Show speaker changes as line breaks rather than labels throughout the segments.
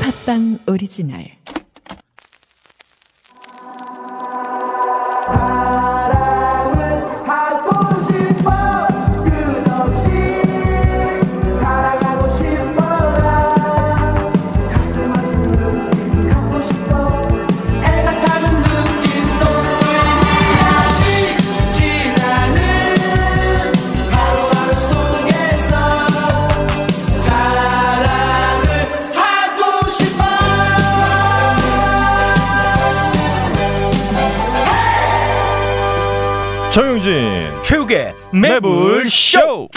팟빵 오리지널
갖고 싶어 끝없이 사랑하고 싶어라 가슴 아픈 눈빛 갖고 싶어 애틋하는 눈빛도 다시 지나는 하루하루 속에서 사랑을 하고 싶어
정용진
최욱의
매불 쇼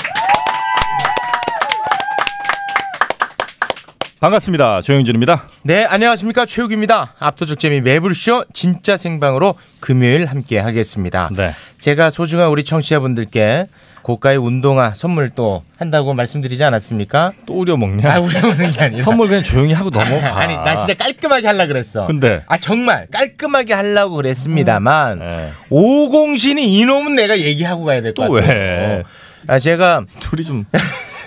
반갑습니다 정용진입니다
네, 안녕하십니까. 최욱입니다. 압도적 재미 매불쇼 진짜 생방으로 금요일 함께 하겠습니다.
네.
제가 소중한 우리 청취자분들께 고가의 운동화 선물 또 한다고 말씀드리지 않았습니까?
또 우려먹냐
아, 우려보는 게 아니라.
네. 선물 그냥 조용히 하고 넘어가
아니, 나 진짜 깔끔하게 하려고 그랬어.
근데?
아, 정말 깔끔하게 하려고 그랬습니다만.
네.
오공신이 이놈은 내가 얘기하고 가야 될 것
또
같아요.
왜?
어. 아, 제가
둘이 좀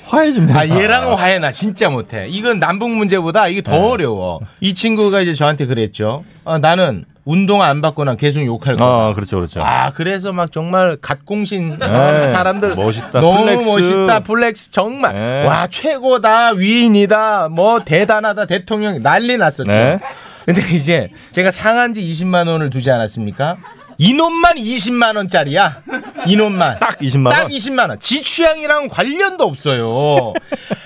화해 좀 해봐
아, 얘랑은 화해 나 진짜 못해. 이건 남북 문제보다 이게 더
네.
어려워. 이 친구가 이제 저한테 그랬죠. 아, 나는 운동화 안 받고 난 계속 욕할 거야.
아 그렇죠 그렇죠
아 그래서 막 정말 갓공신
네.
사람들
멋있다.
너무
플렉스.
멋있다 플렉스 정말
네.
와 최고다 위인이다 뭐 대단하다 대통령 난리 났었죠
네.
근데 이제 제가 상한지 20만 원을 두지 않았습니까 이놈만 20만 원짜리야 이놈만
딱 20만 원?
딱 20만 원. 지 취향이랑 관련도 없어요.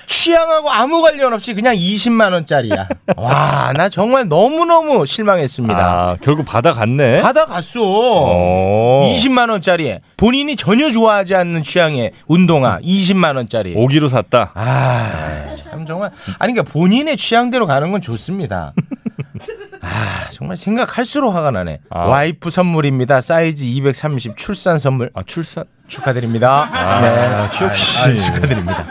취향하고 아무 관련 없이 그냥 20만 원짜리야. 와, 나 정말 너무너무 실망했습니다.
아, 결국 받아갔네
받아갔어.
오.
20만 원짜리. 본인이 전혀 좋아하지 않는 취향의 운동화 20만 원짜리.
오기로 샀다
아, 참 정말 아니 그러니까 본인의 취향대로 가는 건 좋습니다. 아, 정말 생각할수록 화가 나네.
아.
와이프 선물입니다. 사이즈 230 출산 선물.
아 출산
축하드립니다. 네.
아, 최욱 씨.
아, 축하드립니다.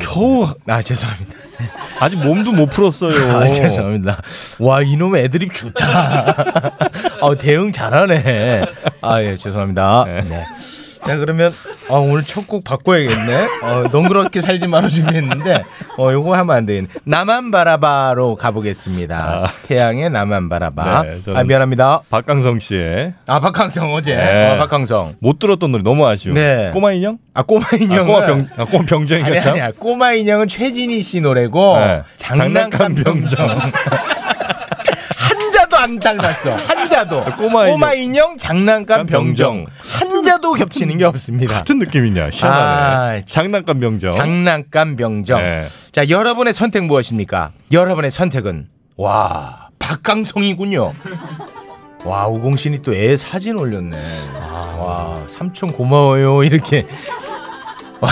겨우 아 죄송합니다.
아직 몸도 못 풀었어요
아 죄송합니다. 와 이놈의 애드립 좋다. 아 대응 잘하네. 아 예 죄송합니다. 네. 자 그러면 아, 오늘 첫 곡 바꿔야겠네. 어, 농그렇게 살지 말아 준비했는데 어 요거 하면 안 되겠네. 나만 바라바로 가보겠습니다.
아,
태양의 나만 바라바.
네, 저는-
아 미안합니다.
박강성 씨의
아 박항성 어제.
네.
아, 박항성.
못 들었던 노래 너무 아쉬워
네.
꼬마 인형
아 꼬마 인형은
아, 꼬마 병 아, 꼬마 병정인가
아니
참
아니야 꼬마 인형은 최진희 씨 노래고
네.
장난감
장난감
병정
병정.
한자도 안 닮았어 한자도
꼬마 인형.
인형 장난감 병정
병정.
한자도 겹치는 게 없습니다
같은 느낌이냐 희한하네
아,
장난감 병정
장난감 병정
네.
자 여러분의 선택 무엇입니까 여러분의 선택은 와 박강성이군요 와 오공신이 또 애 사진 올렸네 와 삼촌 고마워요 이렇게 와,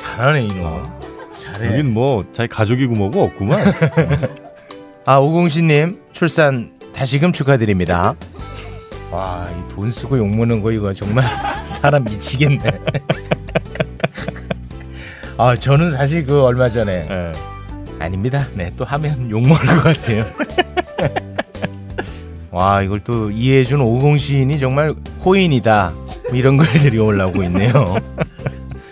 잘하네 이놈 잘해
여긴 뭐 자기 가족이고 뭐고 없구만
아 오공신님 출산 다시금 축하드립니다. 와 이 돈 쓰고 욕 먹는 거 이거 정말 사람 미치겠네. 아 저는 사실 그 얼마 전에
예.
아닙니다. 네 또 하면 욕 먹을 것 같아요. 와 이걸 또 이해해준 오공신이 정말 호인이다 뭐 이런 글들이 올라오고 있네요.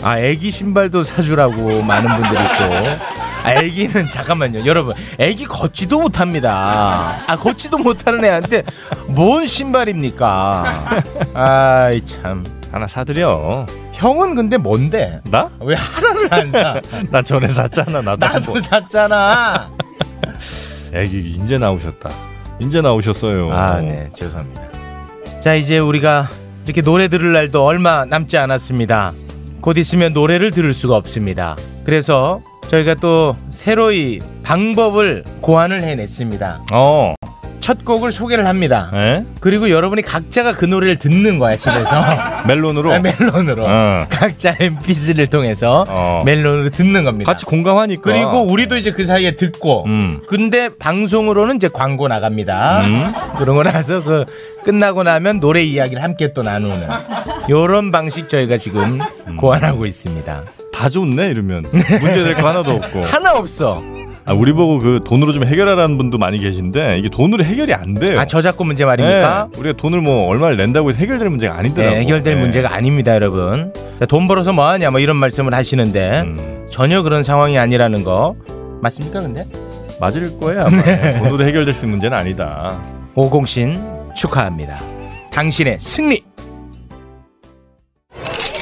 아 애기 신발도 사주라고 많은 분들이 있고. 아 애기는 잠깐만요 여러분 애기 걷지도 못합니다 아 걷지도 못하는 애한테 뭔 신발입니까 아이 참
하나 사드려
형은 근데 뭔데
나?
왜 하나를 안사
나 전에 샀잖아 나도,
나도 뭐. 샀잖아
애기 이제 나오셨다 이제 나오셨어요
아, 네, 죄송합니다. 자, 이제 우리가 이렇게 노래 들을 날도 얼마 남지 않았습니다. 곧 있으면 노래를 들을 수가 없습니다. 그래서 저희가 또 새로이 방법을 고안을 해냈습니다.
어
첫 곡을 소개를 합니다.
예?
그리고 여러분이 각자가 그 노래를 듣는 거야, 집에서.
멜론으로
아, 멜론으로.
어.
각자 MPC를 통해서
어.
멜론으로 듣는 겁니다.
같이 공감하니까
그리고 우리도 이제 그 사이에 듣고
음.
근데 방송으로는 이제 광고 나갑니다.
음.
그러고 나서 그 끝나고 나면 노래 이야기를 함께 또 나누는 요런 방식 저희가 지금
음.
고안하고 있습니다.
다 좋네 이러면 문제될 거 하나도 없고
하나 없어.
아, 우리 보고 그 돈으로 좀 해결하라는 분도 많이 계신데 이게 돈으로 해결이 안 돼요
아 저작권 문제 말입니까?
예, 우리가 돈을 뭐 얼마를 낸다고 해서 해결될 문제가 아니더라고
네, 해결될 문제가 아닙니다, 여러분. 자, 돈 벌어서 뭐 하냐 뭐 이런 말씀을 하시는데
음.
전혀 그런 상황이 아니라는 거 맞습니까, 근데?
맞을 거야. 아마.
네.
돈으로 해결될 수 있는 문제는 아니다.
오공신 축하합니다. 당신의 승리.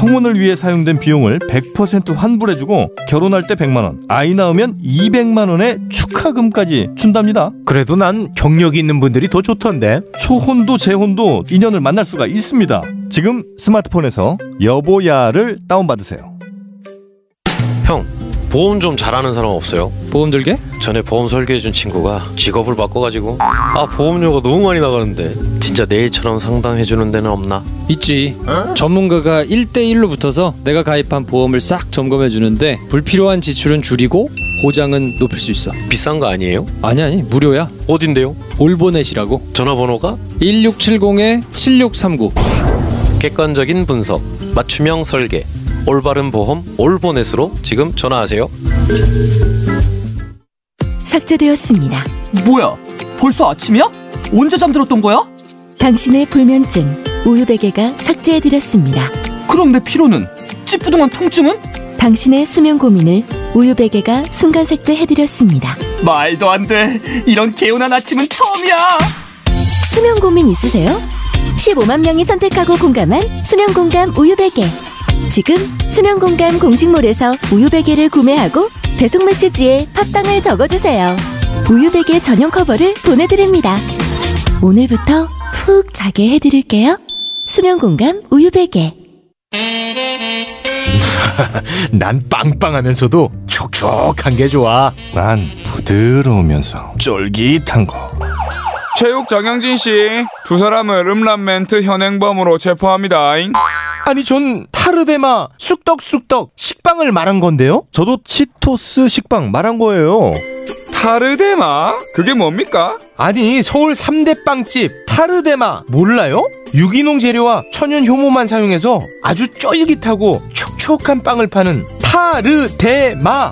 성혼을 위해 사용된 비용을 100% 환불해주고 결혼할 때 100만 원, 아이 낳으면 200만 원의 축하금까지 준답니다.
그래도 난 경력이 있는 분들이 더 좋던데.
초혼도 재혼도 인연을 만날 수가 있습니다. 지금 스마트폰에서 여보야를 다운받으세요.
형 보험 좀 잘하는 사람 없어요?
보험 들게?
전에 보험 설계해준 친구가 직업을 바꿔가지고 아 보험료가 너무 많이 나가는데 진짜 내일처럼 상담해주는 데는 없나?
있지.
어?
전문가가 1대1로 붙어서 내가 가입한 보험을 싹 점검해 주는데 불필요한 지출은 줄이고 보장은 높일 수 있어.
비싼 거 아니에요?
아니 아니 무료야.
어딘데요?
올보넷이라고.
전화번호가
1670-7639.
객관적인 분석 맞춤형 설계 올바른 보험 올보넷으로 지금 전화하세요
삭제되었습니다.
뭐야? 벌써 아침이야? 언제 잠들었던 거야?
당신의 불면증 우유 베개가 삭제해드렸습니다.
그럼 내 피로는? 찌뿌둥한 통증은?
당신의 수면 고민을 우유 베개가 순간 삭제해드렸습니다.
말도 안 돼. 이런 개운한 아침은 처음이야.
수면 고민 있으세요? 15만 명이 선택하고 공감한 수면 공감 우유 베개. 지금 수면 공감 공식몰에서 우유 베개를 구매하고 배송 메시지에 팟빵을 적어주세요. 우유 베개 전용 커버를 보내드립니다. 오늘부터 푹 자게 해드릴게요. 수면 공감 우유 베개.
난 빵빵하면서도 촉촉한 게 좋아.
난 부드러우면서 쫄깃한 거.
체육 정영진 씨, 두 사람을 음란멘트 현행범으로 체포합니다.
아니 전 타르데마 쑥떡쑥떡 식빵을 말한 건데요.
저도 치토스 식빵 말한 거예요.
타르데마? 그게 뭡니까?
아니 서울 3대 빵집 타르데마 몰라요? 유기농 재료와 천연 효모만 사용해서 아주 쫄깃하고 촉촉한 빵을 파는 타르데마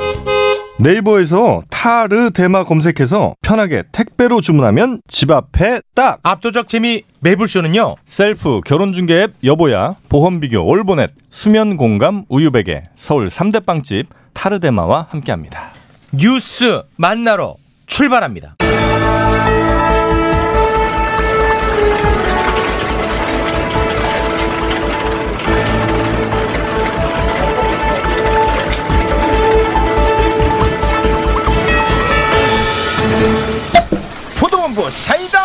네이버에서 타르 데마 검색해서 편하게 택배로 주문하면 집 앞에 딱
압도적 재미 매불쇼는요
셀프 결혼 중개 앱 여보야 보험 비교 올보넷 수면 공감 우유베개 서울 3대 빵집 타르 데마와 함께합니다.
뉴스 만나러 출발합니다 포도본부 사이다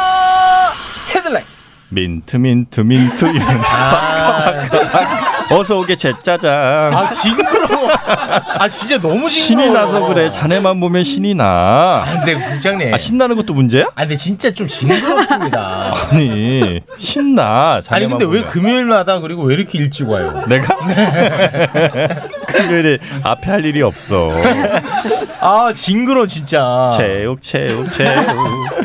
헤드라인
민트 민트 민트 이런 바카바카 어서 오게 제짜장
아 징그러워. 아 진짜 너무 징그러워.
신이 나서 그래 자네만 보면 신이 나.
아, 근데 국장님.
아
아,
신나는 것도 문제야?
근데 진짜 좀 징그럽습니다.
아니 신나.
아니
자네만
근데 왜
보면.
금요일마다 그리고 왜 이렇게 일찍 와요?
내가 금요일에 앞에 할 일이 없어.
아 징그러 진짜.
체육 체육 체육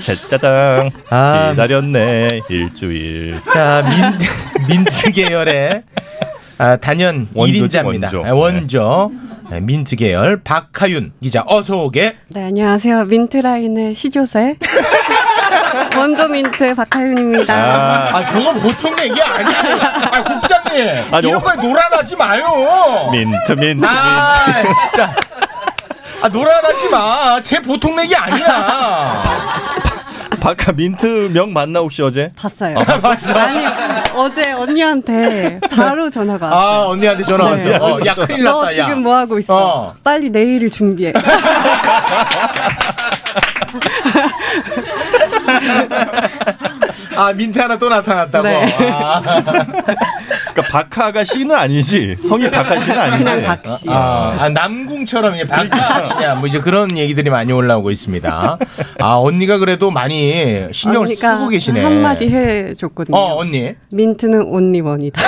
제짜장
아.
기다렸네 일주일.
자 아, 민트 민트 계열의 아, 단연
원조지,
1인자입니다. 아,
원조.
원조. 원조. 네, 민트 계열 박하윤 기자 어서 오게.
네, 안녕하세요. 민트라인의 시조새. 원조 민트 박하윤입니다.
아 저건 보통 얘기 아니에요. 아 국장님
아니,
이런
어-
걸 놀아나지 마요.
민트 민트
아 진짜. 아 놀아나지 마. 제 보통 얘기 아니야.
민트. 바카 민트 명 만나 혹시 어제?
봤어요. 아니, 어제 언니한테 바로 전화가 왔어요.
아 언니한테 전화 왔어.
네.
어, 야 큰일
너
났다. 야.
지금 뭐 하고 있어?
어.
빨리 내일을 준비해.
아 민트 하나 또 나타났다고.
네.
아,
그러니까 바카가 씨는 아니지 성이 바카 씨는 아니지.
그냥 박씨.
아, 아, 남궁처럼 이제 바깥이야 뭐 이제 그런 얘기들이 많이 올라오고 있습니다. 아 언니가 그래도 많이 신경을
언니가
쓰고 계시네.
한마디 해줬거든요.
어 언니.
민트는 온리원이다.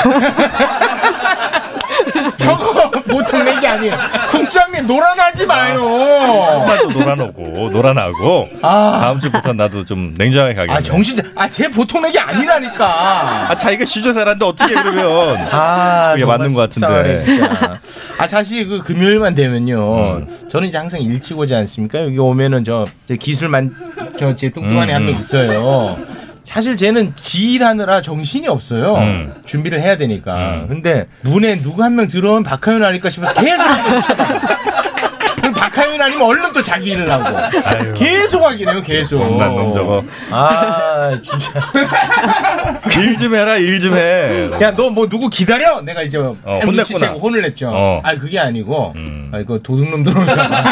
저거 보통 얘기 아니에요. 국장님 노란하지 마요.
한발도 놀아놓고 놀아나고 다음 주부터 나도 좀 냉정하게 가겠네.
아 정신 아제 보통 얘기 아니라니까.
아, 자기가 시조사라는데 어떻게 그러면?
아,
그게
정말
맞는 것 같은데.
속상하네, 진짜. 음. 아 사실 그 금요일만 되면요, 저는 이제 항상 일찍 오지 않습니까? 여기 오면은 저, 제 기술만 저제 뚱뚱한 애 한 명 있어요. 사실 쟤는 지일하느라 정신이 없어요.
음.
준비를 해야 되니까. 근데 눈에 누구 한 명 들어오면 박하윤 아닐까 싶어서 계속 이렇게 쳐다봐요. 그럼 박하윤 아니면 얼른 또 자기 일을 하고 계속 확인해요 계속
난 놈 저거.
아 진짜
일 좀 해라, 일 좀 해.
야 너 뭐 누구 기다려? 내가 이제 딱
어, 혼냈구나.
눈치채고 혼을 냈죠.
어.
아 그게 아니고
음.
아 이거 도둑놈 들어올까봐.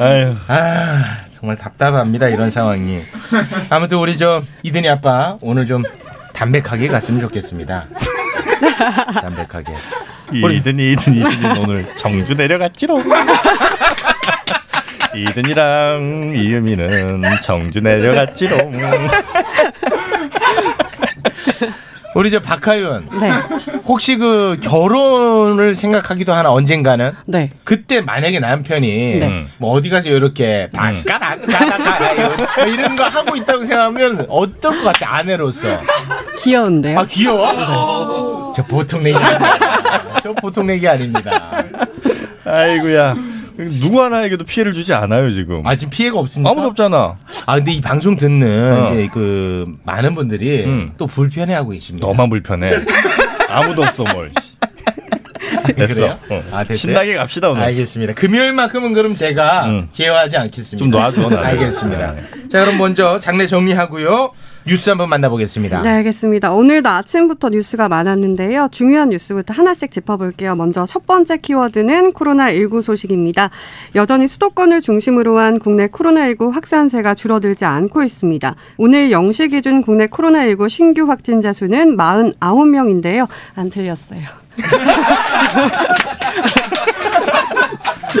아유.
아 정말 답답합니다 이런 상황이. 아무튼 우리 저 이든이 아빠 오늘 좀 담백하게 갔으면 좋겠습니다. 담백하게.
이든이, 이든이, 이든이 오늘 정주 내려갔지롱. 이든이랑 이유미는 정주 내려갔지롱.
우리 저 박하윤
네.
혹시 그 결혼을 생각하기도 하나 언젠가는
네.
그때 만약에 남편이
음.
네.
뭐 어디 가서 이렇게 바까라까라까라 뭐 이런 거 하고 있다고 생각하면 어떨 것 같아 아내로서.
귀여운데요?
아 귀여워? 저 보통 내기 아닙니다. 저 보통 내기 아닙니다.
아이고야. 누구 하나에게도 피해를 주지 않아요, 지금.
아 지금 피해가 없습니까?
아무도 없잖아.
아 근데 이 방송 듣는
어.
이제 그 많은 분들이
음.
또 불편해하고 계십니다.
너만 불편해. 아무도 없어, 뭘. 됐어.
그래요?
어.
아, 됐어요?
신나게 갑시다, 오늘.
알겠습니다. 금요일만큼은 그럼 제가
음.
제어하지 않겠습니다.
좀 놔줘, 나를. 네.
알겠습니다. 자 그럼 먼저 장례 정리하고요. 뉴스 한번 만나보겠습니다.
네, 알겠습니다. 오늘도 아침부터 뉴스가 많았는데요. 중요한 뉴스부터 하나씩 짚어볼게요. 먼저 첫 번째 키워드는 코로나19 소식입니다. 여전히 수도권을 중심으로 한 국내 코로나19 확산세가 줄어들지 않고 있습니다. 오늘 0시 기준 국내 코로나19 신규 확진자 수는 49명인데요. 안 틀렸어요.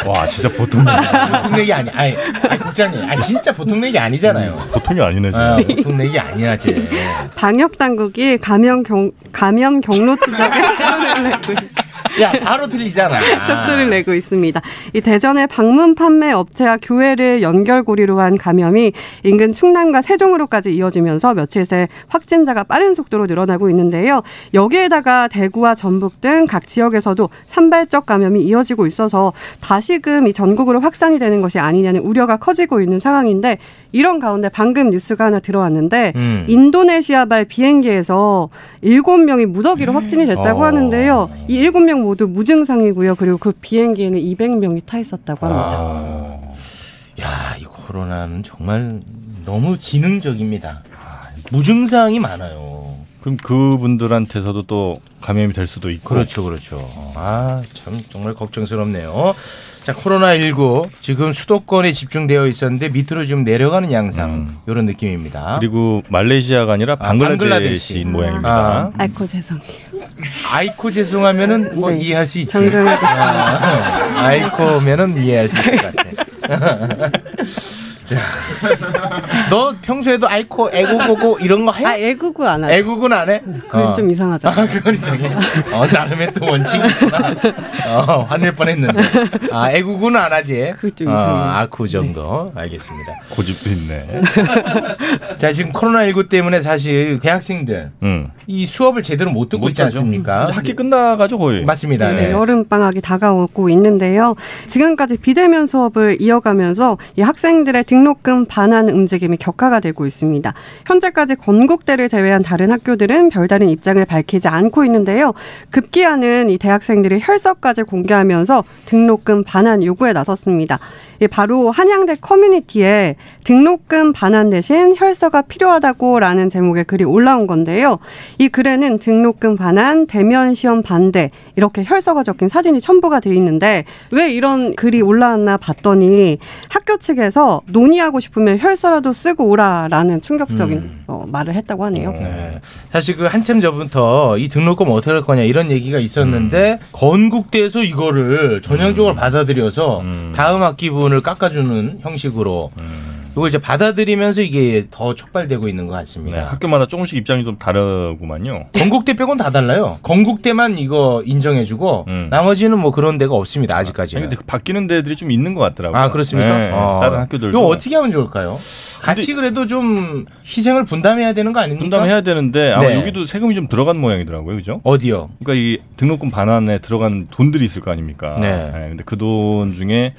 와, 진짜 보통이,
보통 얘기 아니, 아니, 아니 국장님, 아니 진짜 보통 얘기 아니잖아요.
보통이 아니네, 지금.
아, 보통 얘기 아니야, 쟤.
방역 당국이 감염 경 감염 경로 추적에 속도를 내고 있-
야 바로 들리잖아.
속도를 내고 있습니다. 이 대전의 방문 판매 업체와 교회를 연결고리로 한 감염이 인근 충남과 세종으로까지 이어지면서 며칠 새 확진자가 빠른 속도로 늘어나고 있는데요. 여기에다가 대구와 전북 등 각 지역에서도 산발적 감염이 이어지고 있어서 다시금 이 전국으로 확산이 되는 것이 아니냐는 우려가 커지고 있는 상황인데 이런 가운데 방금 뉴스가 하나 들어왔는데
음.
인도네시아발 비행기에서 7명이 무더기로 확진이 됐다고
어.
하는데요. 이 7명 모두 무증상이고요. 그리고 그 비행기에는 200명이 타 있었다고 합니다.
아. 야, 이 코로나는 정말 너무 지능적입니다. 무증상이 많아요.
그럼 그분들한테서도 또 감염이 될 수도 있고.
그렇죠, 그렇죠. 아, 참 정말 걱정스럽네요. 자, 코로나19 지금 수도권에 집중되어 있었는데 밑으로 지금 내려가는 양상 이런 느낌입니다.
그리고 말레이시아가 아니라
아, 방글라데시.
방글라데시인 모양입니다.
아,
아이코 그 죄송해요.
아이코 죄송하면은 뭐
네.
이해할 수 있지.
정정하겠습니다.
아, 아이코면은 이해할 수 있을 것 같아. 자, 너 평소에도 아이코 애고고고 이런 거 해?
아, 애국은 안 하죠.
애국은 안 해?
그건
어.
좀 이상하잖아요.
아, 그건 이상해. 어, 나름의 또 원칙이 있구나. 어, 화낼 뻔했는데. 아, 애국은 안 하지.
그거 좀
어,
이상해요. 네.
아, 그 정도. 알겠습니다.
고집도 있네.
자, 지금 코로나19 때문에 사실 대학생들
응.
이 수업을 제대로 못 듣고
못
있지
하죠.
않습니까? 예.
학기 끝나가죠 거의.
맞습니다.
이제
네.
여름 방학이 다가오고 있는데요. 지금까지 비대면 수업을 이어가면서 이 학생들의 등록금 반환 움직임이 격화가 되고 있습니다. 현재까지 건국대를 제외한 다른 학교들은 별다른 입장을 밝히지 않고 있는데요. 급기야는 이 대학생들이 혈서까지 공개하면서 등록금 반환 요구에 나섰습니다. 이 바로 한양대 커뮤니티에 등록금 반환 대신 혈서가 필요하다고라는 제목의 글이 올라온 건데요. 이 글에는 등록금 반환, 대면 시험 반대 이렇게 혈서가 적힌 사진이 첨부가 돼 있는데 왜 이런 글이 올라왔나 봤더니 학교 측에서 논의하고 싶으면 혈서라도 쓰고 오라라는 충격적인 어, 말을 했다고 하네요.
음. 네. 사실 그 한참 전부터 이 등록금 어떻게 할 거냐 이런 얘기가 있었는데
음.
건국대에서
음.
이거를 전향적으로 받아들여서 다음 학기분을 깎아주는 형식으로 이걸 이제 받아들이면서 이게 더 촉발되고 있는 것
네,
같습니다.
학교마다 조금씩 입장이 좀 다르구만요.
건국대 빼곤 다 달라요. 건국대만 이거 인정해주고
음.
나머지는 뭐 그런 데가 없습니다.
아니,
아직까지는.
근데 그 바뀌는 데들이 좀 있는 것 같더라고요.
예. 아 그렇습니까?
네,
어.
다른 학교들도.
이거 어떻게 하면 좋을까요? 같이 그래도 좀 희생을 분담해야 되는 거 아닙니까?
분담해야 되는데 아마
네.
여기도 세금이 좀 들어간 모양이더라고요, 그죠?
어디요?
그러니까 이 등록금 반환에 들어간 돈들이 있을 거 아닙니까?
네.
근데 그 돈 중에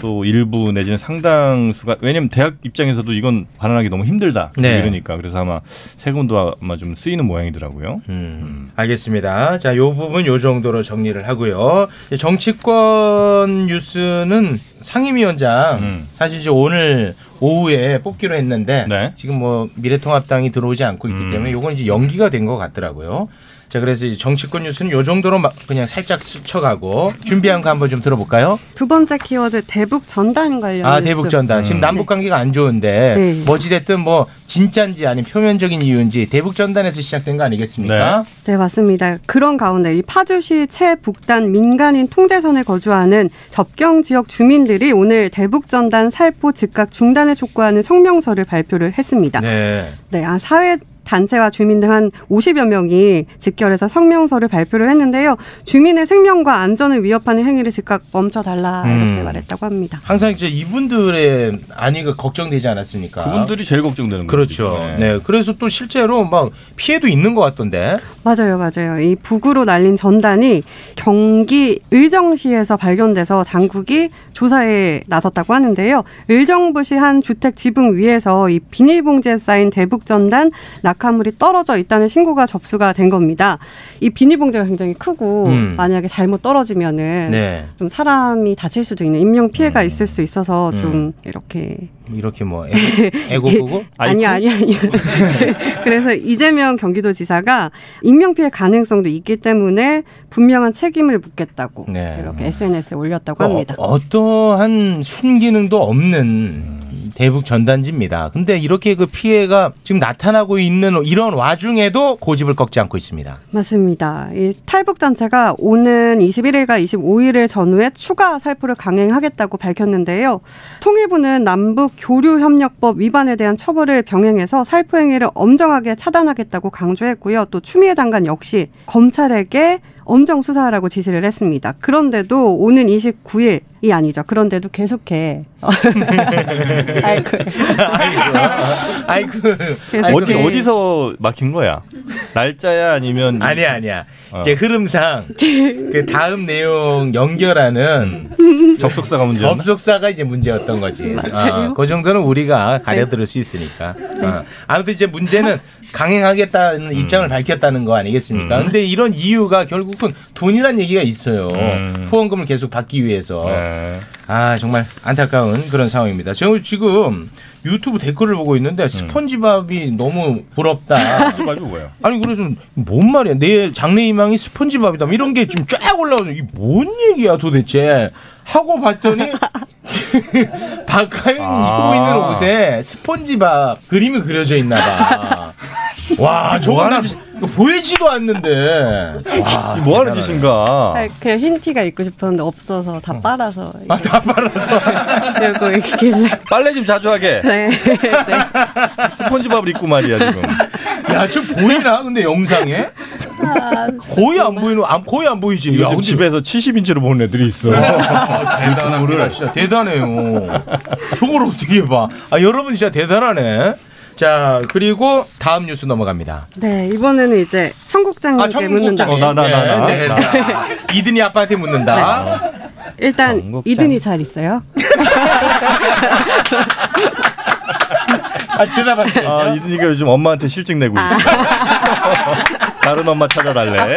또 일부 내지는 상당수가 왜냐면 대학 입장에서도 이건 반환하기 너무 힘들다.
네.
이러니까 그래서 아마 세금도 아마 좀 쓰이는 모양이더라고요.
음, 알겠습니다. 자, 요 부분 요 정도로 정리를 하고요. 이제 정치권 뉴스는 상임위원장
음.
사실 이제 오늘 오후에 뽑기로 했는데
네.
지금 뭐 미래통합당이 들어오지 않고 있기 때문에 요건 이제 연기가 된 것 같더라고요. 자, 그래서 이제 정치권 뉴스는 요 정도로 막 그냥 살짝 스쳐가고 준비한 거 한번 좀 들어볼까요?
두 번째 키워드 대북 전단 관련
아
뉴스.
대북 전단 지금 남북 관계가 안 좋은데
네.
뭐지 됐든 뭐 진짠지 아니면 표면적인 이유인지 대북 전단에서 시작된 거 아니겠습니까?
네, 맞습니다. 그런 가운데 이 파주시 최북단 민간인 통제선에 거주하는 접경 지역 주민들이 오늘 대북전단 살포 즉각 중단을 촉구하는 성명서를 발표를 했습니다.
네.
네, 아, 사회 단체와 주민 등 한 50여 명이 집결해서 성명서를 발표를 했는데요. 주민의 생명과 안전을 위협하는 행위를 즉각 멈춰달라 이렇게
음.
말했다고 합니다.
항상 이제 이분들의 안위가 걱정되지 않았습니까?
그분들이 제일 걱정되는 거죠.
그렇죠. 네. 그래서 또 실제로 막 피해도 있는 것 같던데.
맞아요, 맞아요. 이 북으로 날린 전단이 경기 의정시에서 발견돼서 당국이 조사에 나섰다고 하는데요. 의정부시 한 주택 지붕 위에서 이 비닐봉지에 쌓인 대북 전단 낙하물이 떨어져 있다는 신고가 접수가 된 겁니다. 이 비닐봉지가 굉장히 크고
음.
만약에 잘못 떨어지면은
네. 음.
좀 사람이 다칠 수도 있는 인명 피해가 있을 수 있어서 좀 이렇게
이렇게 뭐 애- 애고 보고
예. 아니 아니 아니. 그래서 이재명 경기도지사가 인명 피해 가능성도 있기 때문에 분명한 책임을 묻겠다고
네.
이렇게 SNS에
그
올렸다고
어,
합니다.
어떠한 순기능도 없는 대북 전단지입니다. 근데 이렇게 그 피해가 지금 나타나고 있는 이런 와중에도 고집을 꺾지 않고 있습니다.
맞습니다. 이 탈북 단체가 오는 21일과 25일을 전후에 추가 살포를 강행하겠다고 밝혔는데요. 통일부는 남북 교류 협력법 위반에 대한 처벌을 병행해서 살포 행위를 엄정하게 차단하겠다고 강조했고요. 또 추미애 장관 역시 검찰에게 엄정 수사하라고 지시를 했습니다. 그런데도 오는 29일이 아니죠. 그런데도 계속해. 아이고.
아이고. 아이고.
어디 어디서 막힌 거야? 날짜야 아니면
아니야 아니야.
어.
이제 흐름상 그 다음 내용 연결하는
접속사가 문제였나?
접속사가 이제 문제였던 거지.
맞아요.
어, 그 정도는 우리가 가려들을
네.
수 있으니까. 어. 아무튼 이제 문제는 강행하겠다는
음.
입장을 밝혔다는 거 아니겠습니까? 근데 이런 이유가 결국은 돈이란 얘기가 있어요. 후원금을 계속 받기 위해서.
음. 네.
아 정말 안타까운 그런 상황입니다. 저 지금 유튜브 댓글을 보고
음.
있는데 스폰지밥이 너무 부럽다.
이거 가지고 뭐예요?
아니 그래서 뭔 말이야 내 장래희망이 스폰지밥이다 뭐 이런 게 지금 쫙 올라오죠 이 뭔 얘기야 도대체 하고 봤더니 박하윤 입고
아.
있는 옷에 스폰지밥 그림이 그려져 있나 봐. 와 저거 나 이거 보이지도 않는데 와,
이거 뭐 하는 짓인가?
아, 그냥 흰티가 입고 싶었는데 없어서 다 빨아서
아다 빨아서
이러고 이렇게 길래.
빨래 좀 자주 하게.
네. 네.
스폰지밥을 입고 말이야 지금.
야 지금 보이나 근데 영상에 거의 안 보이는 안 거의 안 보이지
요즘
야, 근데
집에서 70인치로 보는 애들이 있어.
대단합니다. 진짜 대단해요. 저걸 어떻게 봐. 아, 여러분 진짜 대단하네. 자, 그리고 다음 뉴스 넘어갑니다.
네, 이번에는 이제 청국장님께
아, 청국장.
묻는다.
어, 나, 나, 나, 나.
네, 네,
나. 네.
네. 이든이 아빠한테 묻는다.
일단
청국장.
이든이 잘 있어요?
아, 대답하세요.
아, 이니까 요즘 엄마한테 실증 내고
아.
있어. 다른 엄마 찾아달래.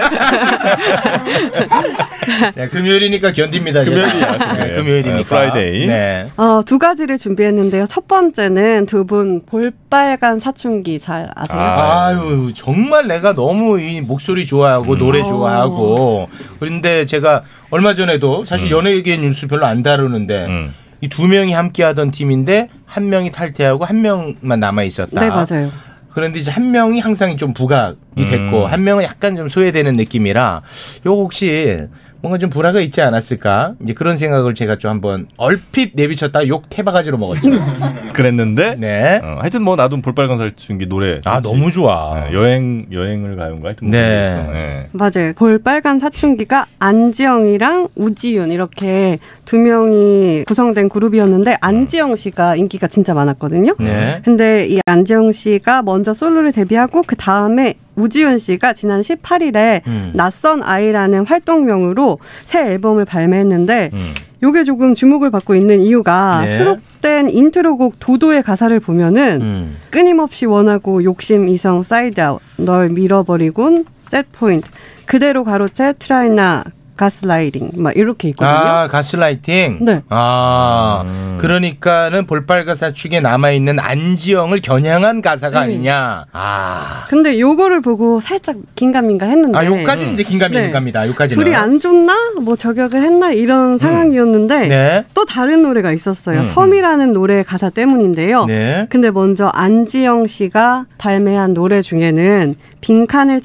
네, 금요일이니까 견딥니다. 제가.
금요일이야, 금요일.
네, 금요일이니까.
네, 프라이데이.
네.
어, 두 가지를 준비했는데요. 첫 번째는 두 분 볼빨간 사춘기 잘 아세요?
아유 정말 내가 너무 이 목소리 좋아하고 노래 좋아하고 그런데 제가 얼마 전에도 사실 연예계 뉴스 별로 안 다루는데
음.
이 두 명이 함께하던 팀인데 한 명이 탈퇴하고 한 명만 남아 있었다.
네, 맞아요.
그런데 이제 한 명이 항상 좀 부각이 됐고 한 명은 약간 좀 소외되는 느낌이라 요거 혹시 뭔가 좀 불화가 있지 않았을까 이제 그런 생각을 제가 좀 한번 얼핏 내비쳤다 욕 태바가지로 먹었죠.
그랬는데
네.
어, 하여튼 뭐 나도 볼빨간 살충기 노래
아
좋지.
너무 좋아.
네, 여행 여행을 가요인가 하여튼 뭐
네.
그런 거 있어. 네.
맞아요. 볼빨간 사춘기가 안지영이랑 우지윤 이렇게 두 명이 구성된 그룹이었는데 안지영 씨가 인기가 진짜 많았거든요.
네.
근데 이 안지영 씨가 먼저 솔로를 데뷔하고 그 다음에 우지윤 씨가 지난 18일에
음.
낯선 아이라는 활동명으로 새 앨범을 발매했는데
음.
요게 조금 주목을 받고 있는 이유가
네.
수록된 인트로곡 도도의 가사를 보면은
음.
끊임없이 원하고 욕심 이성 사이드 아웃 널 밀어버리곤 셋 포인트 그대로 가로채 트라이나 가스라이딩 막 이렇게 있거든요.
아 가스라이팅.
네.
아 그러니까는 볼빨가사 축에 남아 있는 안지영을 겨냥한 가사가
네.
아니냐. 아.
근데 요거를 보고 살짝 긴가민가 했는데
아 요까지는 이제 긴가민가
네.
갑니다. 요까지는. 음.
둘이 안 좋나 뭐 저격을 했나 이런 상황이었는데
네. 음,
또 다른 노래가 있었어요. 섬이라는 노래 가사 때문인데요.
네.
근데 먼저 안지영 씨가 발매한 노래 중에는 빈칸을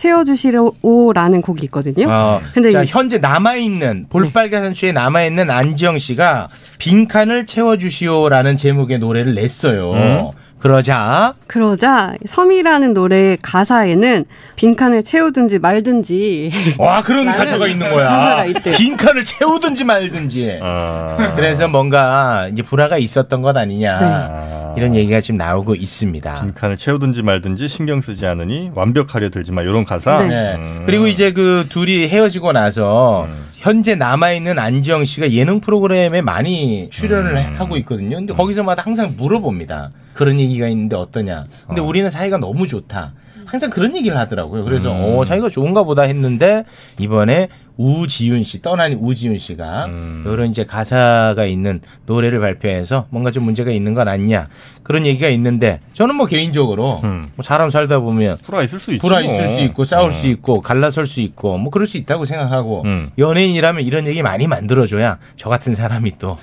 채워주시오라는 곡이 있거든요.
어,
근데
자,
이-
현재 남아있는 볼빨간산추에 남아있는 안지영 씨가 빈칸을 채워주시오라는 제목의 노래를 냈어요. 그러자
그러자 섬이라는 노래 가사에는 빈칸을 채우든지 말든지
와 그런
나는
가사가 있는 거야.
가사가 있대요.
빈칸을 채우든지 말든지.
아,
그래서 뭔가 이제 불화가 있었던 것 아니냐 이런 얘기가 지금 나오고 있습니다.
빈칸을 채우든지 말든지 신경 쓰지 않으니 완벽하려 들지 마 이런 가사.
네.
네.
음.
그리고 이제 그 둘이 헤어지고 나서 현재 남아있는 안지영 씨가 예능 프로그램에 많이 출연을
음.
하고 있거든요. 근데 거기서마다 항상 물어봅니다. 그런 얘기가 있는데 어떠냐. 근데 우리는 사이가 너무 좋다. 항상 그런 얘기를 하더라고요. 그래서
음.
어, 사이가 좋은가 보다 했는데 이번에 우지윤 씨 떠난 우지윤 씨가
음.
이런 이제 가사가 있는 노래를 발표해서 뭔가 좀 문제가 있는 건 아니냐 그런 얘기가 있는데 저는 뭐 개인적으로
음.
뭐 사람 살다 보면
불화 있을 수 뭐. 있죠.
불화 있을 수 있고 싸울 수 있고 갈라설 수 있고 뭐 그럴 수 있다고 생각하고
음.
연예인이라면 이런 얘기 많이 만들어줘야 저 같은 사람이 또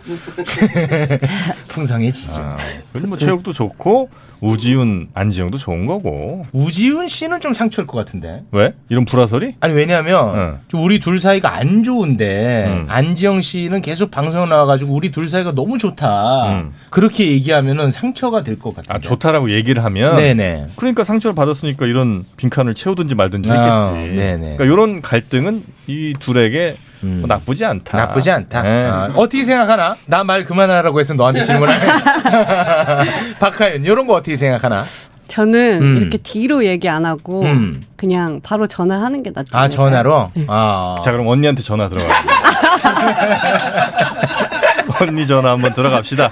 풍성해지죠.
그리고 뭐 체육도 좋고 우지훈 안지영도 좋은 거고.
우지훈 씨는 좀 상처일 것 같은데.
왜? 이런 불화설이?
아니 왜냐하면
음.
좀 우리 둘 사이가 안 좋은데
음.
안지영 씨는 계속 방송 나와가지고 우리 둘 사이가 너무 좋다
음.
그렇게 얘기하면은 상처가 될 것 같은데.
아 좋다라고 얘기를 하면
네. 네네.
그러니까 상처를 받았으니까 이런 빈칸을 채우든지 말든지
아,
했겠지.
네네.
그러니까 이런 갈등은 이 둘에게
음.
뭐 나쁘지 않다.
나쁘지 않다.
네.
아, 어떻게 생각하나? 나 말 그만하라고 해서 너한테 질문하네. 박하연, 이런 거 어떻게 생각하나?
저는
음.
이렇게 뒤로 얘기 안 하고
음.
그냥 바로 전화하는 게 낫죠.
아, 전화로? 아.
자 그럼 언니한테 전화 들어가. 언니 전화 한번 들어갑시다.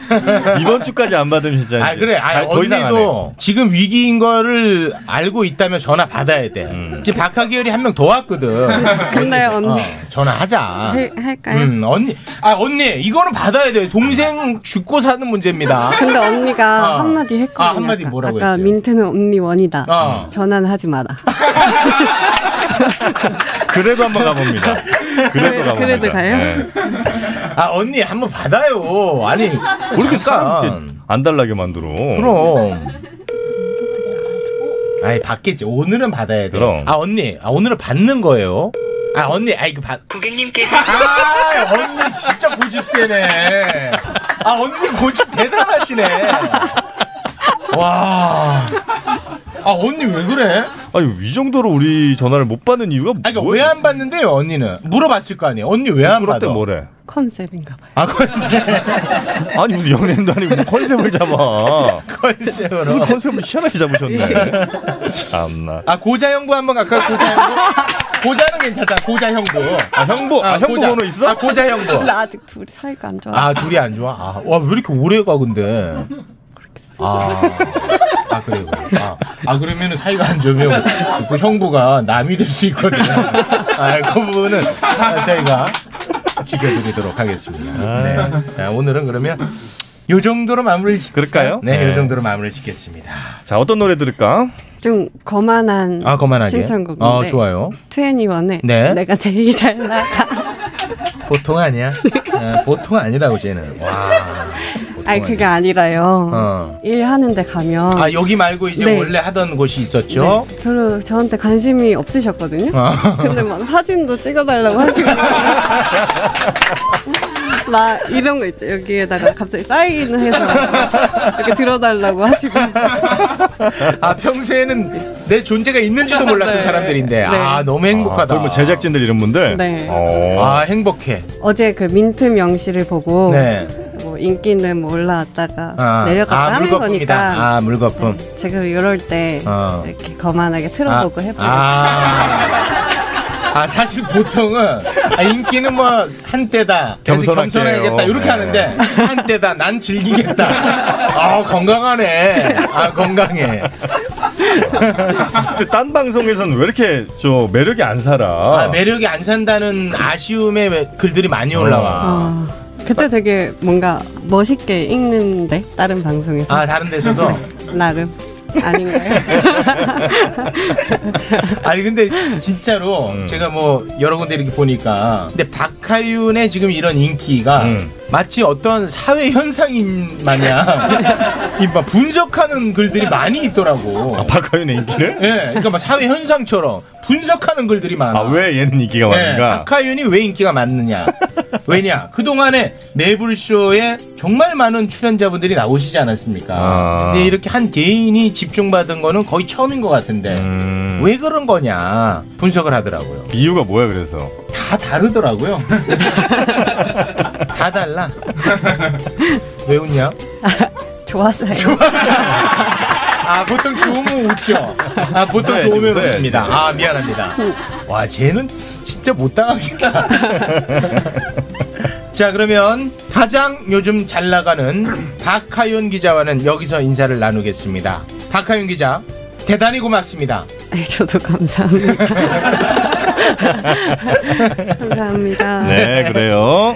이번 주까지 안 받으면 진짜.
아, 그래. 아,
더 이상 안 해.
언니도 지금 위기인 거를 알고 있다면 전화 받아야 돼.
음.
지금 박하기열이 한 명 더 왔거든.
근데
어,
언니
전화하자.
해- 할까요?
음, 언니. 아, 언니, 이거는 받아야 돼. 동생 죽고 사는 문제입니다.
근데 언니가
아.
한마디 했거든요.
아, 한마디
아까.
뭐라고
아까
했어요?
민트는 언니 원이다.
아.
전화는 하지 마라.
그래도 한번 가봅니다. 그래도
그래-
가봅니다.
그래도 가요?
네.
아, 언니, 한번 받아요. 아니,
왜 이렇게 사람
잠깐.
이렇게 안 달라게 만들어.
그럼. 아이 받겠지. 오늘은 받아야 돼.
그럼.
아 언니, 아 오늘은 받는 거예요. 아 언니, 아 이거 받. 고객님께서. 아 언니 진짜 고집 세네. 아 언니 고집 대단하시네. 와. 아 언니 왜 그래?
아니 이 정도로 우리 전화를 못 받는 이유가
아 이거
뭐예요?
왜 안 받는데요 언니는? 물어봤을 거 아니에요. 언니 왜 안
그럴 때
받아?
뭐래?
컨셉인가 봐요.
아 컨셉,
아니 무슨 연예인도 아니고 뭐 컨셉을 잡아. 무슨
컨셉으로.
컨셉을 희한하게 잡으셨네. 참나.
아 고자 형부 한번 갈까요? 고자 형부. 고자는 괜찮다. 고자 형부.
아 형부, 아, 형부
고자.
번호 있어?
아 고자 형부.
나 아직 둘이 사이가 안 좋아.
아 둘이 안 좋아? 아, 와왜 이렇게 오래 가 근데? 아, 아 그래요. 아, 아 그러면은 사이가 안 좋으면 그 형부가 남이 될 수 있거든요. 아그 부분은 아, 저희가 지켜드리도록
아.
하겠습니다. 네. 자 오늘은 그러면 요 정도로 마무리 짓.
그럴까요?
네, 요 정도로 마무리 짓겠습니다.
자 어떤 노래 들을까?
좀 거만한
아 그만하게.
신청곡인데
어 좋아요.
21의
네.
내가 제일 잘 나가 네, 그렇죠.
보통 아니야. 아, 보통 아니라고 쟤는. 와. 보통
아니 그게 아니라요.
어.
일하는데 가면
아 여기 말고 이제
네.
원래 하던 곳이 있었죠.
네, 별로 저한테 관심이 없으셨거든요.
어.
근데 막 사진도 찍어달라고 하시고 막 이런 거 있죠. 여기에다가 갑자기 사인을 해서 이렇게 들어달라고 하시고
아 평소에는 내 존재가 있는지도 몰랐던
네.
사람들인데 아
네.
너무 행복하다.
거의 뭐 제작진들 이런 분들.
네.
어.
아 행복해.
어제 그 민트 명시를 보고
네.
뭐 인기는 뭐 올라왔다가
아,
내려갔다
아,
하는 거니까
아 물거품.
지금 이럴 때
어.
이렇게 거만하게 틀어보고 해보고
아. 아, 사실 보통은 아, 인기는 뭐 한때다 계속
겸손할게요.
겸손해야겠다 이렇게
네.
하는데 한때다 난 즐기겠다 아 건강하네 아 건강해
아, 근데 딴 방송에서는 왜 이렇게 저 매력이 안 살아?
아, 매력이 안 산다는 아쉬움의 글들이 많이 올라와
어, 그때 되게 뭔가 멋있게 읽는데 다른 방송에서
아 다른 데서도
나름 아닌가요?
아니 근데 진짜로 제가 뭐 여러 군데 이렇게 보니까 근데 박하윤의 지금 이런 인기가
음.
마치 어떤 사회 현상인 마냥 이막 분석하는 글들이 많이 있더라고.
박하윤의 인기를?
예, 그러니까 막 사회 현상처럼 분석하는 글들이 많아.
아, 왜 얘는 인기가
예,
많은가?
박하윤이 왜 인기가 많느냐? 왜냐? 그동안에 매불쇼에 정말 많은 출연자분들이 나오시지 않았습니까?
아.
근데 이렇게 한 개인이 집중받은 거는 거의 처음인 것 같은데.
음.
왜 그런 거냐 분석을 하더라고요.
이유가 뭐야 그래서?
다 다르더라고요. 다 달라. 왜 웃냐?
좋았어요.
아 보통 좋으면 웃죠. 아 보통
웃어야지,
좋으면
웃어야지.
웃습니다. 아 미안합니다. 와 쟤는 진짜 못 당하겠다. 자 그러면 가장 요즘 잘 나가는 박하윤 기자와는 여기서 인사를 나누겠습니다. 박하윤 기자 대단히 고맙습니다.
네, 저도 감사합니다. 감사합니다.
네, 그래요.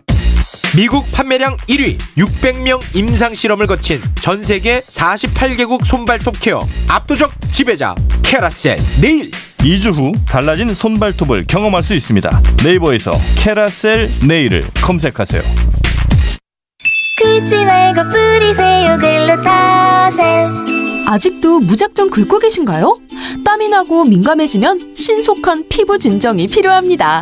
미국 판매량 1위 600명 임상 실험을 거친 전 세계 48개국 손발톱 케어 압도적 지배자 캐라셀 네일
2주 후 달라진 손발톱을 경험할 수 있습니다 네이버에서 캐라셀 네일을 검색하세요
긁지 말고 뿌리세요 글루타셀 아직도 무작정 긁고 계신가요? 땀이 나고 민감해지면 신속한 피부 진정이 필요합니다.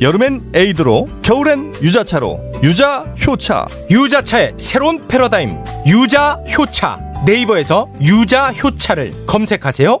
여름엔 에이드로 겨울엔 유자차로 유자 효차
유자차의 새로운 패러다임 유자 효차 네이버에서 유자 효차를 검색하세요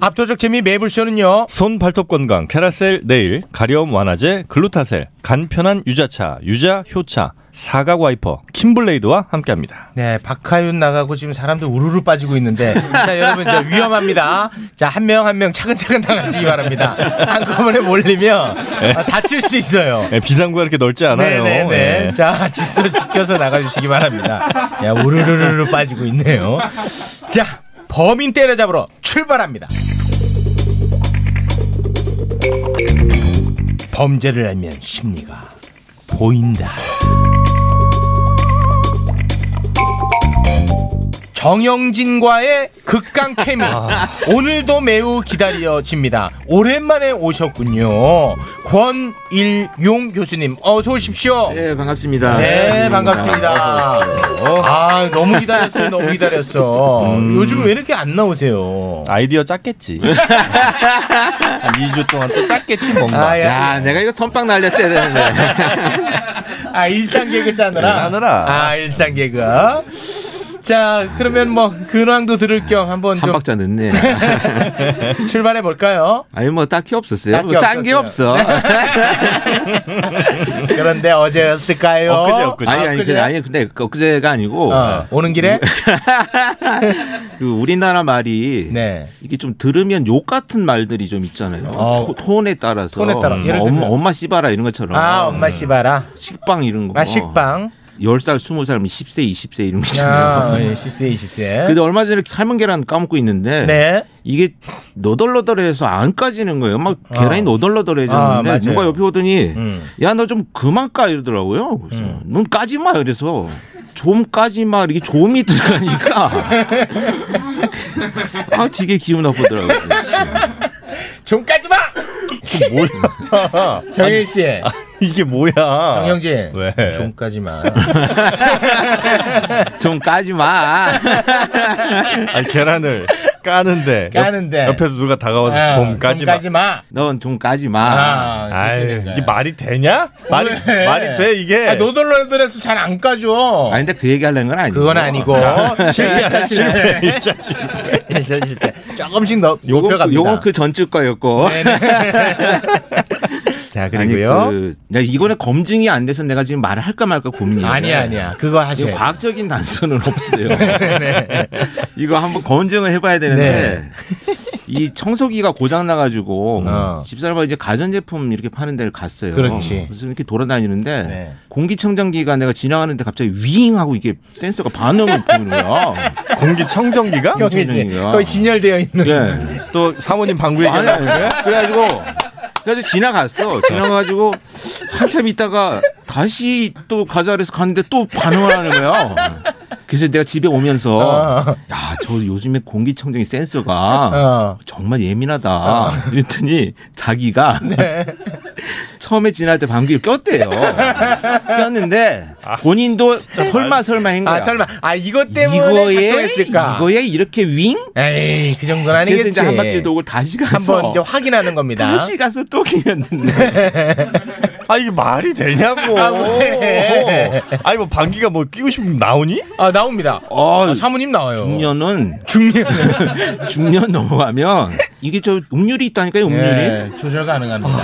압도적 재미 매불쇼는요.
손 발톱 건강 캐라셀 네일 가려움 완화제 글루타셀 간편한 유자차 유자 효차 사각 와이퍼 킴블레이드와 함께합니다.
네, 박하윤 나가고 지금 사람들 우르르 빠지고 있는데 자 여러분 저 위험합니다. 자 한 명 한 명 차근차근 나가시기 바랍니다. 한꺼번에 몰리면
네.
아, 다칠 수 있어요.
예, 비상구가 이렇게 넓지 않아요.
네네네.
예.
자 질서 지켜서 나가주시기 바랍니다. 야 우르르르 빠지고 있네요. 자 범인 때려잡으러 출발합니다. 범죄를 알면 심리가 보인다. 정영진과의 극강 케미 오늘도 매우 기다려집니다. 오랜만에 오셨군요. 권일용 교수님 어서 오십시오.
네 반갑습니다.
네 반갑습니다. 아 너무 기다렸어요. 너무 기다렸어.
음.
요즘 왜 이렇게 안 나오세요?
아이디어 짰겠지. 2주 동안 또 짰겠지 뭔가.
아, 야, 야,
내가 이거 선빵 날렸어야 되는데.
아 일상 개그
네,
짜느라.
짜느라.
아 일상 개그. 자 그러면 뭐 근황도 들을 겸 한번
한
좀
박자 늦네.
출발해 볼까요?
아니 뭐 딱히 없었어요.
딱히
짠 게 없어.
없었어요. 그런데 어제였을까요?
아니 아니 근데, 아니 근데 그 엊그제가 아니고
어, 오는 길에
그 우리나라 말이
네.
이게 좀 들으면 욕 같은 말들이 좀 있잖아요.
어.
토- 톤에 따라서
톤에 따라.
음,
예를 들면.
엄마, 엄마 씨바라 이런 것처럼 어,
아 엄마 씨바라
식빵 이런 거.
아 식빵
어. 10살, 20살, 뭐 10세, 20세 이런 거
아,
있잖아요.
예, 10세 20세
근데 얼마 전에 삶은 계란 까먹고 있는데
네.
이게 너덜너덜해서 안 까지는 거예요. 막 계란이
어. 아,
너덜너덜해졌는데
맞아요. 음.
누가 옆에 오더니 야 너 좀 그만 까 이러더라고요. 그래서 넌 까지 마 이래서 좀 까지 마 이렇게 좀이 들어가니까 아 되게 기분 나쁘더라고요.
좀 까지 마. 뭐야? 정일 씨.
이게 뭐야?
정영진.
왜?
좀 까지 마.
좀 까지 마.
아니 계란을 까는데.
까는데.
옆, 옆에서 누가 다가와서
아,
어, 좀 까지 마.
마.
넌 좀 까지 마.
아,
아유, 이게 말이 되냐? 말이
왜?
말이 돼 이게?
아, 노덜노덜해서 잘 안 까죠.
아니 근데 그 얘기 하려는 건 아니고.
그건 아니고.
실패, 실패,
일자 실패. 일자 실패. 조금씩 더 높여갑니다.
요건 그 전주 거였고.
네. 자 그리고요.
아니, 그, 나 이거는 검증이 안 돼서 내가 지금 말을 할까 말까 고민이에요.
아니야, 아니야. 그거 하셔야
네. 이거 과학적인 단서는 없어요.
네.
이거 한번 검증을 해봐야 되는데 이 청소기가 고장 나가지고
어.
집사람과 이제 가전제품 이렇게 파는 데를 갔어요.
뭐, 그렇지.
음. 그래서 이렇게 돌아다니는데
네.
공기청정기가 내가 지나가는데 갑자기 윙 하고 이게 센서가 반응을 보는 거야.
공기청정기가?
공기청정기가.
거의 진열되어 있는.
네.
또 사모님 방구에
아니, 그래가지고 그래가지고 지나갔어. 지나가지고 한참 있다가 다시 또 가자 그래서 갔는데 또 반응을 하는 거야. 그래서 내가 집에 오면서 야 저 요즘에 공기청정기
아. 어.
센서가 정말 예민하다 이랬더니 자기가
네.
처음에 지날 때 방귀를 꼈대요 꼈는데 본인도 설마 설마 한 거야
아 설마. 아 이것 때문에
이거에-
작동했을까?
이거에 이렇게 윙?
에이 그 정도는 아니겠지.
그래서 이제 한 바퀴 돌고 다시 가서
한번 이제 확인하는 겁니다.
다시 가서 또 기였는데
아 이게 말이 되냐고.
아, 왜?
아니 뭐 방귀가 뭐 끼고 싶으면 나오니?
아 나옵니다. 아, 사모님 나와요.
어, 중년은 중년 중년 넘어가면 이게 저 음률이 있다니까 요 음률이
예, 조절 가능합니다.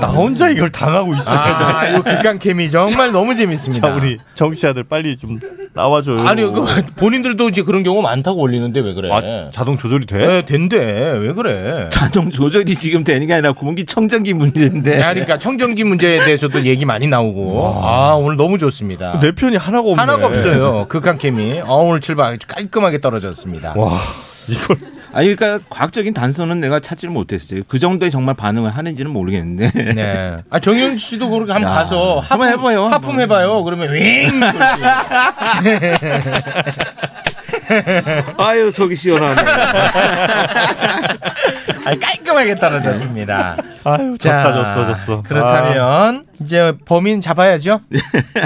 나 혼자 이걸 당하고 있어.
아, 이거 극강 케미 정말 너무 재밌습니다.
자 우리 정씨 아들 빨리 좀 나와줘요.
아니요, 그 본인들도 이제 그런 경우 많다고 올리는데 왜 그래?
아, 자동 조절이 돼?
네, 된대. 왜 그래?
자동 조절이 지금 되는 게 아니라 공기청정기
네.
문제인데.
아, 그러니까 청정기 문제에 대해서도 얘기 많이 나오고. 아, 오늘 너무 좋습니다.
내 편이 하나가 없네.
하나가 없어요. 극강 케미. 어, 오늘 출발 아주 깔끔하게 떨어졌습니다.
와.
아니 그러니까 과학적인 단서는 내가 찾지를 못했어요. 그 정도의 정말 반응을 하는지는 모르겠는데.
네. 아, 정영 씨도 그렇게 한번
야,
가서 하품 해봐요. 하품 해봐요. 그러면 윙!
아유 속이 시원하네.
아, 깔끔하게 떨어졌습니다.
아유, 졌다, 졌어, 졌어.
그렇다면 이제 범인 잡아야죠.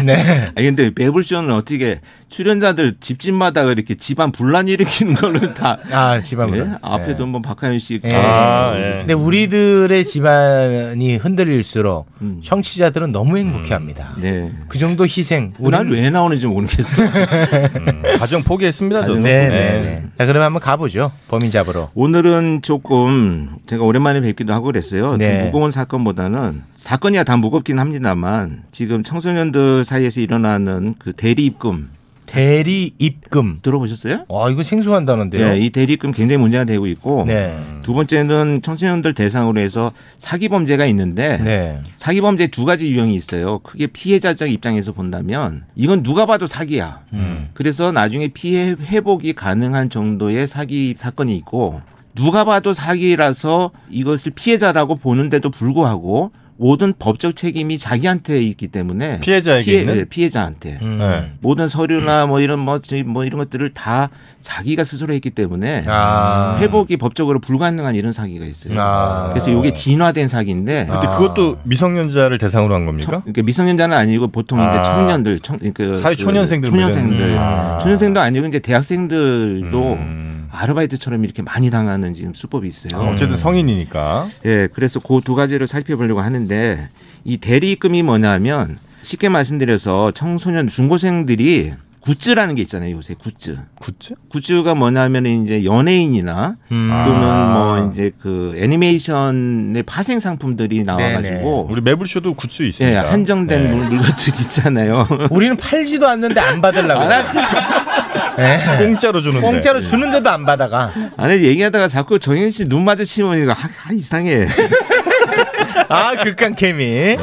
네.
아니 근데 매불쇼는 어떻게 출연자들 집집마다 이렇게 집안 분란 일으키는 걸로 다.
아 집안
분란.
예.
앞에도 한번 박하연 씨. 아,
예.
아, 네.
근데 우리들의 집안이 흔들릴수록
음.
청취자들은 너무 행복해합니다.
네.
그 정도 희생. 네,
난 왜 나오는지 네, 모르겠어.
가정 포기했습니다
저도. 네, 네, 네. 자 그럼 한번 가보죠. 범인 잡으러.
오늘은 조금 제가 오랜만에 뵙기도 하고 그랬어요.
네.
좀 무거운 사건보다는 사건이야 다 무겁긴 합니다만 지금 청소년들 사이에서 일어나는 그 대리 입금.
대리 입금
들어보셨어요?
와 이거 생소한 단어인데요.
네, 이 대리 입금 굉장히 문제가 되고 있고
네.
두 번째는 청소년들 대상으로 해서 사기 범죄가 있는데
네.
사기 범죄 두 가지 유형이 있어요. 크게 피해자적 입장에서 본다면 이건 누가 봐도 사기야.
음.
그래서 나중에 피해 회복이 가능한 정도의 사기 사건이 있고 누가 봐도 사기라서 이것을 피해자라고 보는데도 불구하고 모든 법적 책임이 자기한테 있기 때문에
피해자에게 있는?
네, 피해자한테
네.
모든 서류나 뭐 이런 뭐, 저희 뭐 이런 것들을 다 자기가 스스로 했기 때문에
아.
회복이 법적으로 불가능한 이런 사기가 있어요.
아.
그래서 이게 진화된 사기인데
근데 그것도 미성년자를 대상으로 한 겁니까?
그러니까 미성년자는 아니고 보통 이제
아.
청년들, 청, 그러니까
사회
그
초년생들
초년생들,
문제는. 아. 음.
초년생도 아니고 이제 대학생들도 아르바이트처럼 이렇게 많이 당하는 지금 수법이 있어요.
아, 어쨌든 성인이니까.
예, 그래서 그 두 가지를 살펴보려고 하는데 이 대리입금이 뭐냐면 쉽게 말씀드려서 청소년 중고생들이 굿즈라는 게 있잖아요 요새 굿즈.
굿즈?
굿즈가 뭐냐면 이제 연예인이나
음.
또는
아.
뭐 이제 그 애니메이션의 파생 상품들이 나와가지고
우리 매불쇼도 굿즈
예,
있습니다.
한정된
네.
물- 물건들 있잖아요.
우리는 팔지도 않는데 안
아,
받으려고.
네. 공짜로 주는데.
공짜로 주는데도 안 받아가.
아니 얘기하다가 자꾸 정현 씨 눈 마주치면 아, 이거 하, 하, 이상해.
아 극한 케미.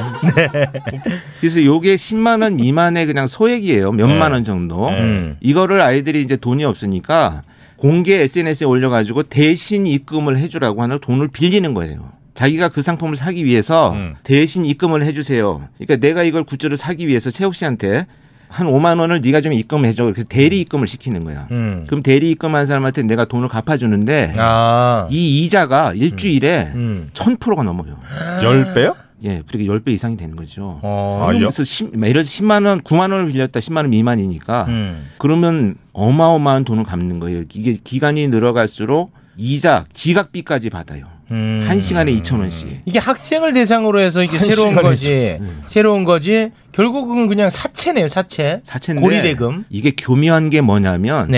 그래서 요게 10만 원 미만의 그냥 소액이에요. 몇만
네.
원 정도.
네.
이거를 아이들이 이제 돈이 없으니까 공개 SNS에 올려가지고 대신 입금을 해주라고 하는 돈을 빌리는 거예요. 자기가 그 상품을 사기 위해서
음.
대신 입금을 해주세요. 그러니까 내가 이걸 굿즈를 사기 위해서 채욱 씨한테 한 5만 원을 네가 좀 입금해줘. 그래서 대리 입금을 시키는 거야.
음.
그럼 대리 입금한 사람한테 내가 돈을 갚아주는데
아.
이 이자가 일주일에
음.
1000%가 넘어요.
열 배요?
예, 그렇게 10배 이상이 되는 거죠.
어.
아, 여-
그래서 10, 예를 들어 10만 원, 9만 원을 빌렸다 10만 원 미만이니까
음.
그러면 어마어마한 돈을 갚는 거예요. 이게 기간이 늘어갈수록 이자, 지각비까지 받아요.
음.
한 시간에 2천 원씩.
이게 학생을 대상으로 해서 이게
한 음.
새로운
시간이죠.
거지. 새로운 거지. 결국은 그냥 사채네요, 사채.
사채인데
고리대금. 네.
이게 교묘한 게 뭐냐면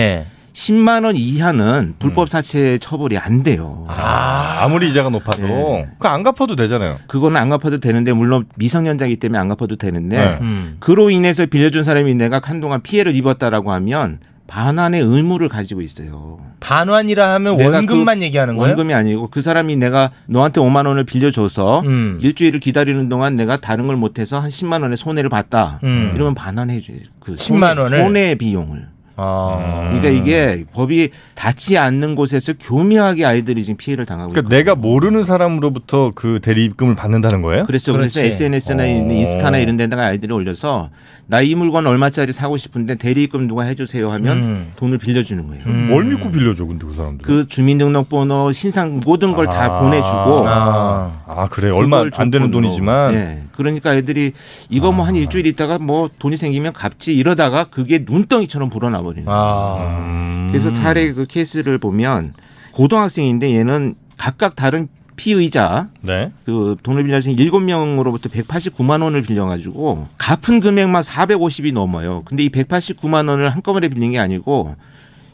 10만 원 이하는
음.
불법 사채 처벌이 안 돼요.
아, 무리 이자가 높아도
네.
그안 갚아도 되잖아요.
그거는 안 갚아도 되는데 물론 미성년자이기 때문에 안 갚아도 되는데
네.
음.
그로 인해서 빌려준 사람이 내가 한동안 피해를 입었다라고 하면 반환의 의무를 가지고 있어요.
반환이라 하면
내가
원금만
그
얘기하는 거예요?
원금이 아니고 그 사람이 내가 너한테 5만 원을 빌려줘서
음.
일주일을 기다리는 동안 내가 다른 걸 못해서 한 10만 원의 손해를 봤다.
음.
이러면 반환해 줘요. 그
10만
손해-
원을?
손해 비용을.
아.
그러니까 이게 법이 닿지 않는 곳에서 교묘하게 아이들이 지금 피해를 당하고 있고.
그러니까 내가 모르는 사람으로부터 그 대리 입금을 받는다는 거예요?
그렇죠. 그래서
어.
SNS나 인스타나 이런 데다가 아이들을 올려서 나 이 물건 얼마짜리 사고 싶은데 대리입금 누가 해주세요 하면
음.
돈을 빌려주는 거예요.
뭘 믿고 빌려줘 근데 그 사람들?
그 주민등록번호, 신상 모든 걸 다
아.
보내주고
아, 아, 그래 얼마
그걸
안 되는
조건으로.
돈이지만 아.
예. 그러니까 애들이 이거 뭐 한 일주일 있다가 뭐 돈이 생기면 갚지 이러다가 그게 눈덩이처럼 불어나 버리는
아.
아.
거예요. 그래서
음.
사례 그 케이스를 보면 고등학생인데 얘는 각각 다른 피의자
네.
그 돈을 빌려준 일곱 명으로부터 189만 원을 빌려가지고 갚은 금액만 450이 넘어요. 근데 이 189만 원을 한꺼번에 빌린 게 아니고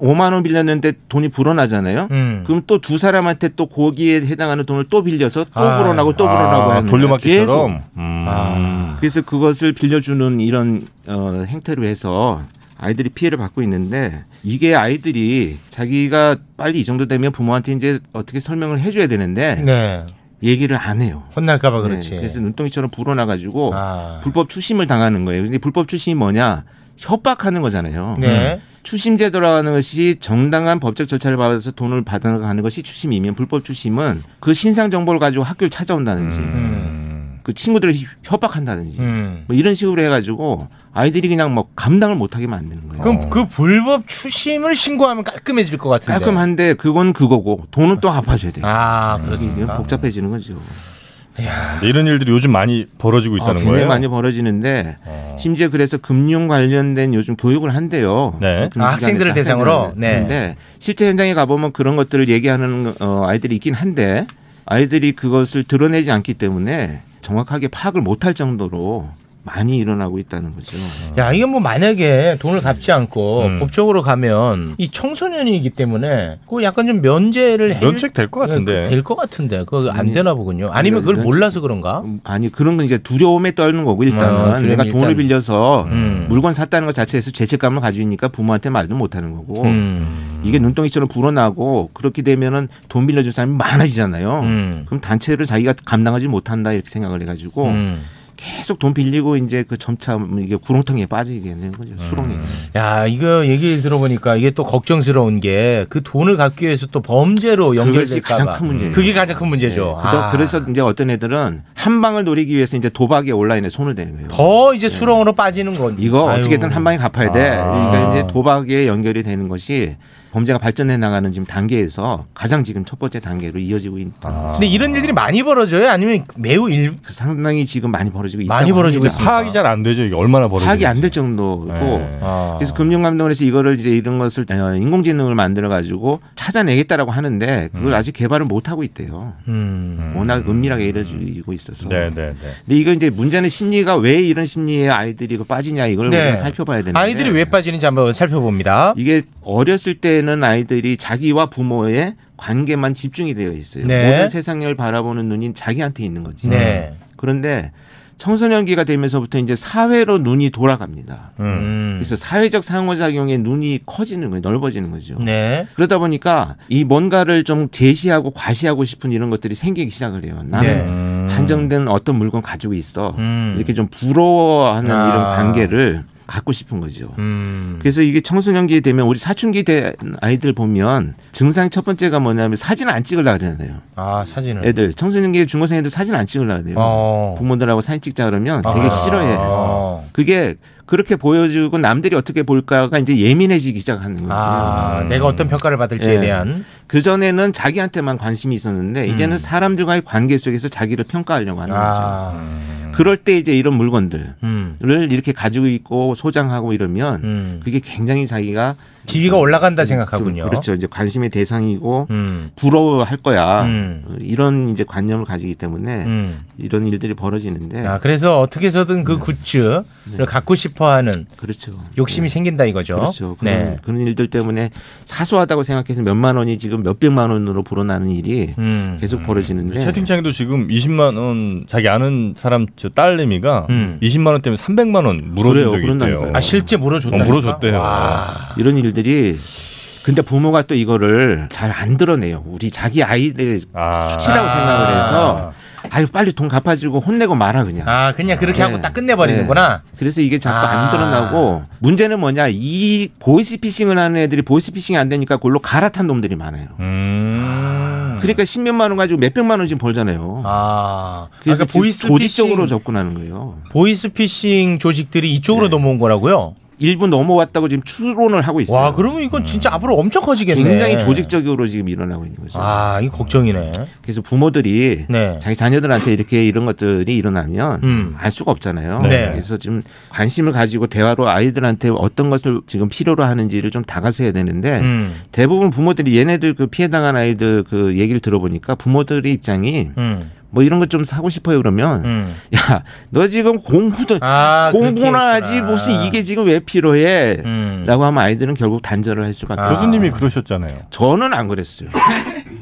5만 원 빌렸는데 돈이 불어나잖아요.
음.
그럼 또 두 사람한테 또 거기에 해당하는 돈을 또 빌려서 또
아.
불어나고 또 불어나고
아,
하는 거예요.
돌려막기처럼? 음.
계속. 아. 그래서 그것을 빌려주는 이런 어, 행태로 해서 아이들이 피해를 받고 있는데 이게 아이들이 자기가 빨리 이 정도 되면 부모한테 이제 어떻게 설명을 해줘야 되는데
네.
얘기를 안 해요.
혼날까봐 네, 아, 그렇지.
네,
아.
그래서 눈덩이처럼 불어나가지고 불법 추심을 당하는 거예요. 근데 불법 추심이 뭐냐? 협박하는 거잖아요.
네.
추심제도라고 하는 것이 정당한 법적 절차를 받아서 돈을 받아가는 것이 추심이면 불법 추심은 그 신상 정보를 가지고 학교를 찾아온다든지 그 친구들을 협박한다든지
음.
뭐 이런 식으로 해가지고 아이들이 그냥 뭐 감당을 못하게 만드는 거예요.
그럼 그 불법 추심을 신고하면 깔끔해질 것 같은데.
깔끔한데 그건 그거고 돈은 또 갚아줘야 돼요.
아,
그렇습니까? 복잡해지는 거죠.
이런 일들이 요즘 많이 벌어지고
아,
있다는
굉장히
거예요.
많이 벌어지는데 심지어 그래서 금융 관련된 요즘 교육을 한대요.
네.
그 금융기관에서
아, 학생들을 대상으로? 네.
하는데 실제 현장에 가보면 그런 것들을 얘기하는 어, 아이들이 있긴 한데 아이들이 그것을 드러내지 않기 때문에 정확하게 파악을 못할 정도로 많이 일어나고 있다는 거죠.
야, 이게 뭐 만약에 돈을 갚지 않고 법적으로 가면 이 청소년이기 때문에 그 약간 좀 면제를 해
면책 그 될것 같은데.
될것 같은데 그거 안
아니,
되나 보군요. 아니면 그걸
면책-
몰라서 그런가?
아니 그런 건 이제 두려움에 떨는 거고
어,
일단은
두려움이
내가 돈을
일단-
빌려서
음.
물건 샀다는 것 자체에서 죄책감을 가지니까 부모한테 말도 못하는 거고
음.
이게 눈덩이처럼 불어나고 그렇게 되면은 돈 빌려준 사람이 많아지잖아요.
음.
그럼 단체를 자기가 감당하지 못한다 이렇게 생각을 해가지고
음.
계속 돈 빌리고 이제 그 점차 이게 구렁텅이에 빠지게 되는
음.
거죠 수렁에.
야, 이거 얘기 들어보니까 이게 또 걱정스러운 게 그 돈을 갚기 위해서 또 범죄로
그것이
연결될까 봐. 음.
가장 큰 문제예요.
그게 가장 큰 문제죠.
네. 그다-
아.
그래서 이제 어떤 애들은 한 방을 노리기 위해서 이제 도박에 온라인에 손을 대는 거예요.
더 이제 수렁으로 빠지는 건
이거
아유.
어떻게든 한 방에 갚아야 돼.
아.
그러니까 이제 도박에 연결이 되는 것이 범죄가 발전해 나가는 지금 단계에서 가장 지금 첫 번째 단계로 이어지고 있다.
아.
근데 이런 일들이 많이 벌어져요? 아니면 매우 일
상당히 지금 많이 벌어지고 있다.
많이 벌어지고 있습니다.
파악이 잘 안 되죠. 이게 얼마나 벌어지는지.
파악이 안 될 정도고.
네. 아.
그래서 금융감독원에서 이거를 이제 이런 것을 어, 인공지능을 만들어 가지고 찾아내겠다라고 하는데
음.
그걸 아직 개발을 못 하고 있대요.
음.
워낙 은밀하게 이루어지고 있어서.
네, 네, 네.
근데 이거 이제 문제는 심리가 왜 이런 심리에 아이들이 이거 빠지냐 이걸
네.
우리가 살펴봐야 되는데.
아이들이 왜 빠지는지 한번 살펴봅니다.
이게 어렸을 때는 아이들이 자기와 부모의 관계만 집중이 되어 있어요.
네.
모든 세상을 바라보는 눈이 자기한테 있는 거지.
네.
그런데 청소년기가 되면서부터 이제 사회로 눈이 돌아갑니다.
음.
그래서 사회적 상호작용에 눈이 커지는 거예요. 넓어지는 거죠.
네.
그러다 보니까 이 뭔가를 좀 제시하고 과시하고 싶은 이런 것들이 생기기 시작을 해요. 나는 한정된 어떤 물건 가지고 있어.
네. 음.
이렇게 좀 부러워하는
아.
이런 관계를 갖고 싶은 거죠.
음.
그래서 이게 청소년기에 되면 우리 사춘기 때 아이들 보면 증상 첫 번째가 뭐냐면 사진 안 찍으려고 그러잖아요.
아, 사진을.
애들 청소년기 중고생 애들 사진 안 찍으려고 그래요.
어.
부모들하고 사진 찍자 그러면 되게
아.
싫어해요. 그게 그렇게 보여주고 남들이 어떻게 볼까가 이제 예민해지기 시작하는 거예요.
아, 내가 어떤 평가를 받을지에
음. 예.
대한
그 전에는 자기한테만 관심이 있었는데 이제는 사람들과의 관계 속에서 자기를 평가하려고 하는
음. 아.
거죠. 그럴 때 이제 이런 물건들을
음.
이렇게 가지고 있고 소장하고 이러면 그게 굉장히 자기가
지위가 올라간다
좀
생각하군요.
그렇죠. 이제 관심의 대상이고
음.
부러워할 거야.
음.
이런 이제 관념을 가지기 때문에
음.
이런 일들이 벌어지는데
아, 그래서 어떻게 해서든
네.
그 굿즈를 갖고 싶어 하는
그렇죠.
욕심이 생긴다 이거죠.
그렇죠. 그런,
네.
그런 일들 때문에 사소하다고 생각해서 몇만 원이 지금 몇백만 원으로 불어나는 일이
음.
계속 벌어지는데
채팅창에도 지금 20만 원 자기 아는 사람 저 딸내미가 20만 원 때문에 300만 원 물어준
음. 그래요,
적이
그런다니까요.
있대요.
아, 실제
음. 물어줬다니까?
어, 물어줬대요.
이런 일들이 근데 부모가 또 이거를 잘 안 드러내요. 우리 자기 아이들
아.
수치라고 생각을 해서 아유 빨리 돈 갚아주고 혼내고 말아 그냥.
아, 그냥 그렇게
네.
하고 딱 끝내버리는구나.
네. 그래서 이게 자꾸
아.
안 드러나고 문제는 뭐냐 이 보이스피싱을 하는 애들이 보이스피싱이 안 되니까 그걸로 갈아탄 놈들이 많아요.
음.
그러니까 십몇만 원 가지고 몇백만 원 지금 벌잖아요.
음. 아,
그래서
그러니까 보이스피싱-
지금 조직적으로 접근하는 거예요.
보이스피싱 조직들이 이쪽으로 넘어온 거라고요?
일부 넘어왔다고 지금 추론을 하고 네. 있어요. 음.
와, 그러면 이건 진짜 앞으로 엄청 커지겠네.
굉장히 조직적으로 지금 일어나고 있는 거죠.
아, 이거 걱정이네.
그래서 부모들이 자기 자녀들한테 이렇게 이런 것들이 일어나면
음.
알 수가 없잖아요.
네.
그래서 지금 관심을 가지고 대화로 아이들한테 어떤 것을 지금 필요로 하는지를 좀 다가서야 되는데
음.
대부분 부모들이 얘네들 그 피해 당한 아이들 그 얘기를 들어보니까 부모들의 입장이
음.
뭐 이런 것 좀 사고 싶어요 그러면 야 너 지금 공부도
아,
공부나 하지 무슨 이게 지금 왜
음.
필요해 라고 하면 아이들은 결국 단절을 할 수밖에
아.
없어요.
교수님이 그러셨잖아요.
저는 안 그랬어요.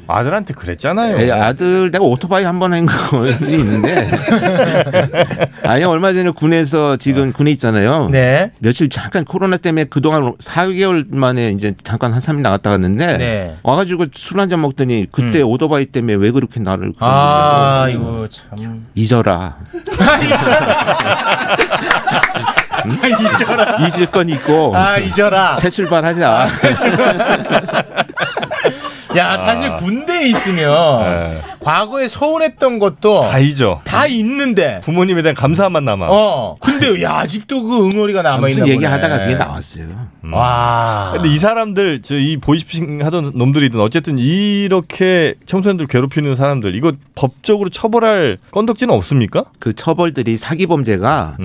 아들한테 그랬잖아요.
예, 아들 내가 오토바이 한 번 한 거 있는데 아니 얼마 전에 군에서 지금 군에 있잖아요.
네.
며칠 잠깐 코로나 때문에 그동안 4개월 만에 이제 잠깐 한 3일 나갔다 갔는데
네. 음.
와가지고 술 한 잔 먹더니 그때 오토바이 때문에 왜 그렇게 나를
아,
그러냐고
이거 참.
잊어라. 잊어라. 잊을 건 있고.
아, 잊어라.
새 출발하자.
아.
야 사실 군대에 있으면 과거에 서운했던 것도
네. 다 잊어.
다 있는데
부모님에 대한 감사함만 남아.
어 근데 야 아직도 그 응어리가 남아 있는
무슨 얘기하다가 그게
나왔어요.
와.
근데 이 사람들 저 이 보이스피싱 하던 놈들이든 어쨌든 이렇게 청소년들 괴롭히는 사람들 이거 법적으로 처벌할 건덕지는 없습니까?
그 처벌들이 사기 범죄가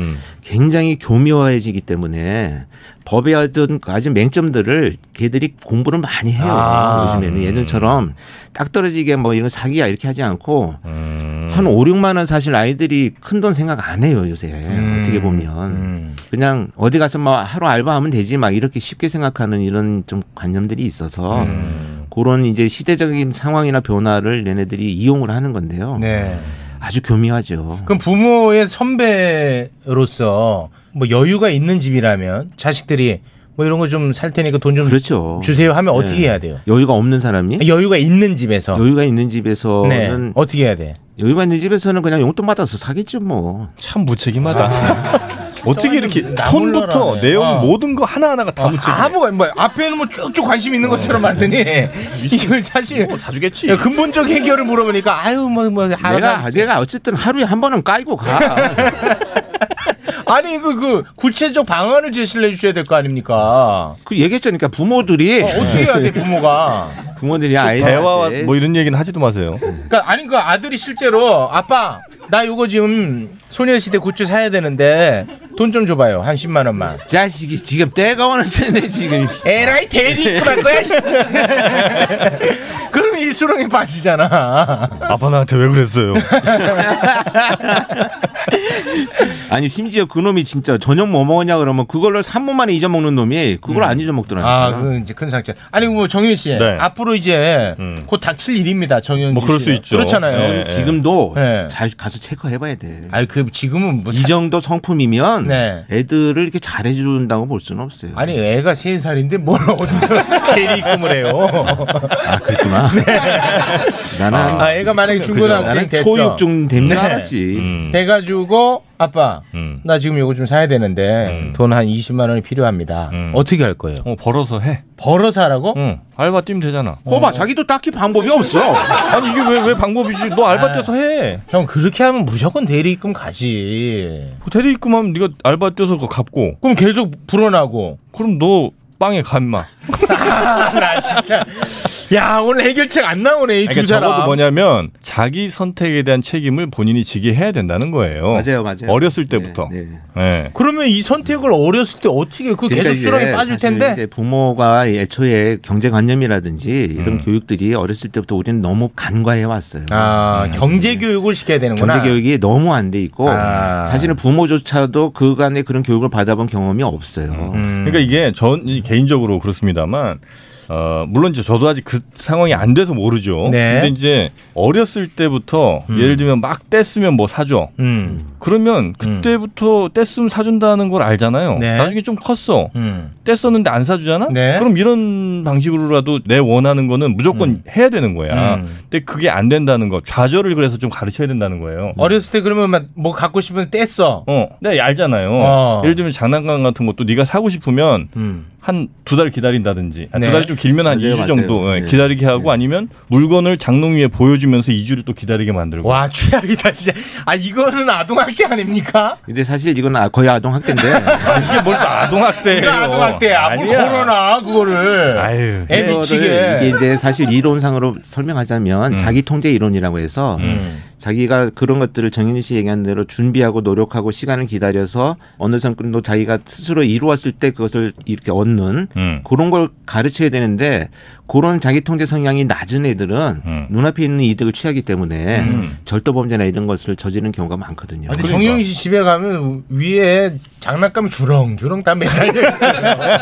굉장히 교묘해지기 때문에 법의 어떤 아주 맹점들을 걔들이 공부를 많이 해요.
아,
요즘에는
음.
예전처럼 딱 떨어지게 뭐 이런 거 사기야 이렇게 하지 않고
음.
한 5, 6만 원 사실 아이들이 큰 돈 생각 안 해요 요새
음.
어떻게 보면 그냥 어디 가서 뭐 하루 알바하면 되지 막 이렇게 쉽게 생각하는 이런 좀 관념들이 있어서
음.
그런 이제 시대적인 상황이나 변화를 얘네들이 이용을 하는 건데요.
네.
아주 교묘하죠.
그럼 부모의 선배로서 뭐 여유가 있는 집이라면 자식들이 뭐 이런 거 좀 살 테니까 돈 좀
그렇죠.
주세요 하면 어떻게
네.
해야 돼요? 아,
여유가 없는 사람이?
여유가 있는 집에서.
여유가 있는 집에서는
어. 네. 어떻게 해야 돼?
여유가 있는 집에서는 그냥 용돈 받아서 사겠죠 뭐.
참 무책임하다. 어떻게 이렇게 톤부터 내용 모든 거 하나하나가 다 묻혀.
아무거 뭐 앞에는 뭐 쭉쭉 관심 있는 것처럼 만드니 이걸 사실
사주겠지.
근본적 해결을 물어보니까 아유 뭐 뭐
내가 내가 어쨌든 하루에 한 번은 까이고 가.
아니 그 그 구체적 방안을 제시를 해주셔야 될 거 아닙니까?
그 얘기했잖니까 부모들이
어, 어떻게 해야 돼 부모가?
부모들이 네. 아이한테
대화와 뭐 이런 얘기는 하지도 마세요.
그러니까 아니 그 아들이 실제로 아빠 나 요거 지금 소녀시대 굿즈 사야 되는데 돈 좀 줘봐요 한 10만 원만
자식이 지금 때가 오는 텐데 지금
에라이 대리 입고 갈 거야 씨. 그럼 일수렁에 빠지잖아
아빠 나한테 왜 그랬어요?
아니 심지어 그 놈이 진짜 저녁 뭐 먹었냐 그러면 그걸로 3분 만에 잊어먹는 놈이 그걸 안 잊어먹더라고요.
아, 그건 이제 큰 상처. 아니 뭐 정현 씨
네. 음.
앞으로 이제 곧 닥칠 일입니다. 정현
뭐 그럴 수 있죠.
그렇잖아요.
네. 지금도
잘
가서 체크해봐야 돼.
아니 그 지금은 뭐
이 정도 성품이면
네.
애들을 이렇게 잘해준다고 볼 수는 없어요.
아니 애가 세 살인데 뭘 어디서 대리 입금을 해요?
아 그렇구나. 나는
네. 아, 애가 만약에
그죠.
중고등학생
나는 음.
됐어.
초육 중 되면
네.
알았지.
음.
돼가지고 아빠
음.
나 지금 요거 좀 사야 되는데 돈 한 20만 원이 필요합니다.
음.
어떻게 할 거예요?
벌어서 해.
벌어서 하라고?
알바 뛰면 되잖아.
거봐 자기도 딱히 방법이 없어.
어, 아니 이게 왜 왜 방법이지? 너 알바 뛰어서 해.
형 그렇게 하면 무조건 대리입금 가지.
그 대리 입금하면 네가 알바 뛰어서 그거 갚고.
그럼 계속 불어나고.
그럼 너 빵에 간마.
아, 나 진짜. 야 오늘 해결책 안 나오네 이두
그러니까
사람.
적어도 뭐냐면 자기 선택에 대한 책임을 본인이 지게 해야 된다는 거예요.
맞아요, 맞아요. 네,
어렸을 때부터. 예.
그러면 이 선택을 어렸을 때 어떻게 그 계속
그러니까 이게
수렁에 빠질
사실
텐데.
이제 부모가 애초에 경제관념이라든지
음.
이런 교육들이 어렸을 때부터 우리는 너무 간과해 왔어요.
아, 경제 교육을 시켜야 되는구나.
음, 경제 교육이 너무 안 돼 있고
아.
사실은 부모조차도 그간에 그런 교육을 받아본 경험이 없어요.
음.
그러니까 이게 전 개인적으로 그렇습니다만 어, 물론 이제 저도 아직 그 상황이 안 돼서 모르죠.
네.
근데 이제 어렸을 때부터 예를 들면 막 뗐으면 뭐 사줘.
음.
그러면 그때부터 뗐으면 사준다는 걸 알잖아요. 나중에 좀 컸어.
음.
뗐었는데 안 사주잖아?
네.
그럼 이런 방식으로라도 내 원하는 거는 무조건 해야 되는 거야.
음.
근데 그게 안 된다는 거. 좌절을 그래서 좀 가르쳐야 된다는 거예요.
어렸을 때 그러면 막 뭐 갖고 싶으면 뗐어.
어, 내가 알잖아요.
어.
예를 들면 장난감 같은 것도 네가 사고 싶으면 한 두 달 기다린다든지
네.
두 달 좀 길면 한
맞아요,
2주 정도
맞아요.
예,
네.
기다리게 하고 아니면 물건을 장롱 위에 보여주면서 2주를 또 기다리게 만들고
와 최악이다 진짜. 아 이거는 아동학대 아닙니까?
근데 사실 이건 아- 거의 아동 학대인데
이게 뭘 또 아동 학대예요.
이거 아동학대야. 뭘
아니야.
코로나 그거를.
아유.
애 네, 미치게.
네,
음.
이게 이제 사실 이론상으로 설명하자면 자기 통제 이론이라고 해서 자기가 그런 것들을 정현희 씨 얘기한 대로 준비하고 노력하고 시간을 기다려서 어느 정도 자기가 스스로 이루었을 때 그것을 이렇게 얻는
음.
그런 걸 가르쳐야 되는데 그런 자기 통제 성향이 낮은 애들은
음.
눈앞에 있는 이득을 취하기 때문에 절도 범죄나 이런 것을 저지르는 경우가 많거든요.
아니 정용희 씨 집에 가면 위에 장난감이 주렁주렁 다 매달려 있어요.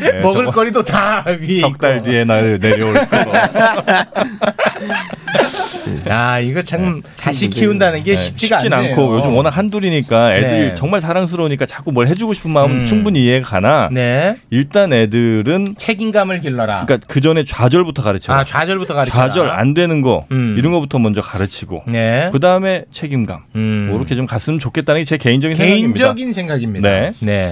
네,
먹을 거리도 다 위에.
석달 뒤에 날 내려올 거.
아 이거 참 자식 키운다는 게
네,
쉽지가
쉽진
않네요.
않고 요즘 워낙 한둘이니까 애들이
네.
정말 사랑스러우니까 자꾸 뭘 해주고 싶은 마음은
음.
충분히 이해가 가나
네.
일단 애들은
책임감을 길러라.
그러니까 그 전에 좌절부터 가르쳐.
아 좌절부터 가르쳐.
그러니까 좌절 안 되는 거
음.
이런 거부터 먼저 가르치고
네.
그 다음에 책임감 뭐 이렇게 좀 갔으면 좋겠다는 게 제 개인적인 생각입니다.
개인적인 생각입니다.
네.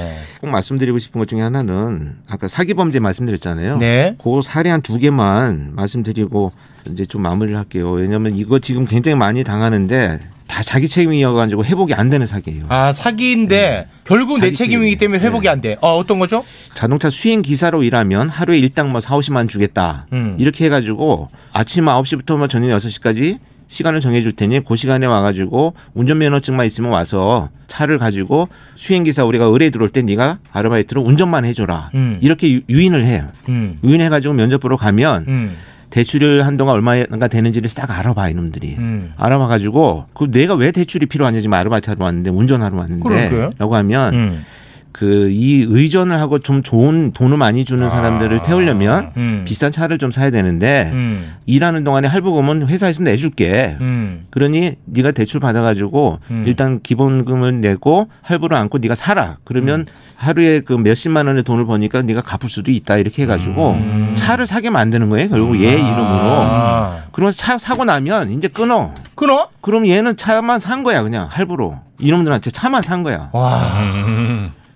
꼭 말씀드리고 싶은 것 중에 하나는 아까 사기 범죄 말씀드렸잖아요.
네.
그 사례 한 두 개만 말씀드리고 이제 좀 마무리를 할게요. 왜냐하면 이거 지금 굉장히 많이 당하는데 다 자기 책임이어가지고 회복이 안 되는 사기예요.
아 사기인데 결국 내 책임이기 때문에 회복이 안 돼. 어 어떤 거죠?
자동차 수행 기사로 일하면 하루에 일당 뭐 4, 50만 주겠다.
음.
이렇게 해가지고 아침 9시부터 뭐 저녁 6시까지 시간을 정해줄 테니 그 시간에 와가지고 운전면허증만 있으면 와서 차를 가지고 수행기사 우리가 의뢰 들어올 때 네가 아르바이트로 운전만 해줘라.
음.
이렇게 유- 유인을 해요.
음.
유인해가지고 면접 보러 가면
음.
대출을 한동안 얼마가 되는지를 싹 알아봐 이놈들이.
음.
알아봐가지고 그 내가 왜 대출이 필요하냐 지금 뭐 아르바이트 하러 왔는데 운전하러
그러니까요. 음.
왔는데라고 하면 그 이 의전을 하고 좀 좋은 돈을 많이 주는 사람들을 태우려면
아. 음.
비싼 차를 좀 사야 되는데
음.
일하는 동안에 할부금은 회사에서 내줄게.
음.
그러니 네가 대출 받아가지고
음.
일단 기본금을 내고 할부를 안고 네가 살아. 그러면 하루에 그 몇십만 원의 돈을 버니까 네가 갚을 수도 있다 이렇게 해가지고 차를 사게 만드는 거예요. 결국 얘 이름으로. 그러면서 차 사고 나면 이제 끊어.
아. 끊어?
그럼 얘는 차만 산 거야 그냥 할부로. 이놈들한테 차만 산 거야.
어.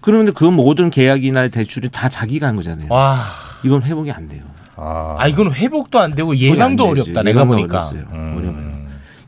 그런데 그 모든 계약이나 대출이 다 자기가 한 거잖아요.
와.
이건 회복이 안 돼요.
아 이건 회복도 안 되고 예방도
안 되지.
어렵다. 내가
예방도
보니까. 음.
어렵어요. 어려워요.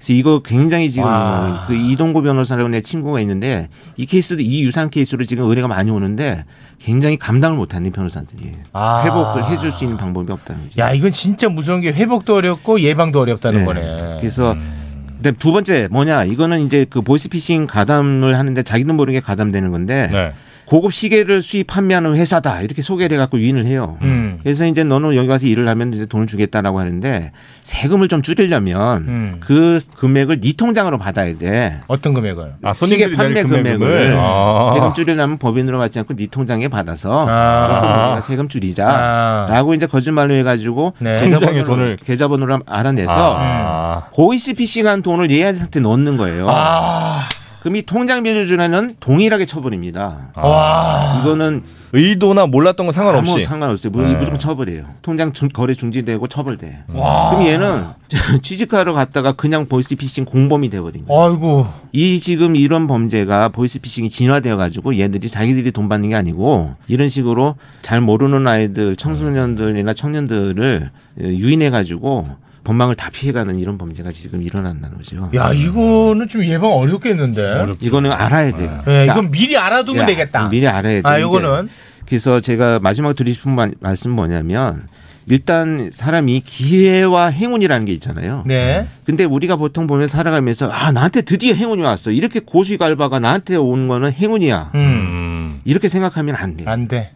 그래서 이거 굉장히 지금
와.
그 이동구 변호사라고 내 친구가 있는데 이 케이스도 이 유사한 케이스로 지금 의뢰가 많이 오는데 굉장히 감당을 못하는 변호사들이 예.
아.
회복을 해줄 수 있는 방법이 없다는 거죠.
야 이건 진짜 무서운 게 회복도 어렵고 예방도 어렵다는
네.
거네.
그래서
음.
근데 두 번째 뭐냐 이거는 이제 그 보이스피싱 가담을 하는데 자기도 모르게 가담되는 건데
네.
네.
고급 시계를 수입 판매하는 회사다 이렇게 소개를 해갖고 유인을 해요.
음.
그래서 이제 너는 여기 와서 일을 하면 이제 돈을 주겠다라고 하는데 세금을 좀 줄이려면
음.
그 금액을 네 통장으로 받아야 돼.
어떤 금액을?
아, 시계 판매 금액을
아,
세금 줄이려면 법인으로 받지 않고 네 통장에 받아서 아.
아.
조금 우리가 세금 줄이자라고 이제 거짓말로 해가지고
네. 통장에
계좌번호를
돈을-
계좌번호를 알아내서 음.
아.
보이스피싱한 돈을 얘한테 넣는 거예요.
아.
그럼 이 통장 빌려주는 동일하게 처벌입니다. 이거는
의도나 몰랐던 건 상관없이
아무 상관없어요. 무-
네. 음.
무조건 처벌이에요. 통장 중- 거래 중지되고 처벌돼.
와.
그럼 얘는 취직하러 갔다가 그냥 보이스피싱 공범이 돼버린 거예요.
아이고.
이 지금 이런 범죄가 보이스피싱이 진화되어 가지고 얘들이 자기들이 돈 받는 게 아니고 이런 식으로 잘 모르는 아이들, 청소년들이나 청년들을 유인해 가지고 법망을 다 피해가는 이런 범죄가 지금 일어난다는 거죠.
야 이거는 좀 예방 어렵겠는데.
이거는 알아야 돼요. 그러니까
네, 이건 미리 알아두면
야,
되겠다.
미리 알아야 돼.
아, 요거는?
그래서 제가 마지막 드리고 싶은 말- 말씀 뭐냐면 일단 사람이 기회와 행운이라는 게 있잖아요.
네.
근데 우리가 보통 보면 살아가면서 아 나한테 드디어 행운이 왔어. 이렇게 고수갈바가 나한테 온 거는 행운이야.
음.
이렇게 생각하면 안 돼.
안 돼.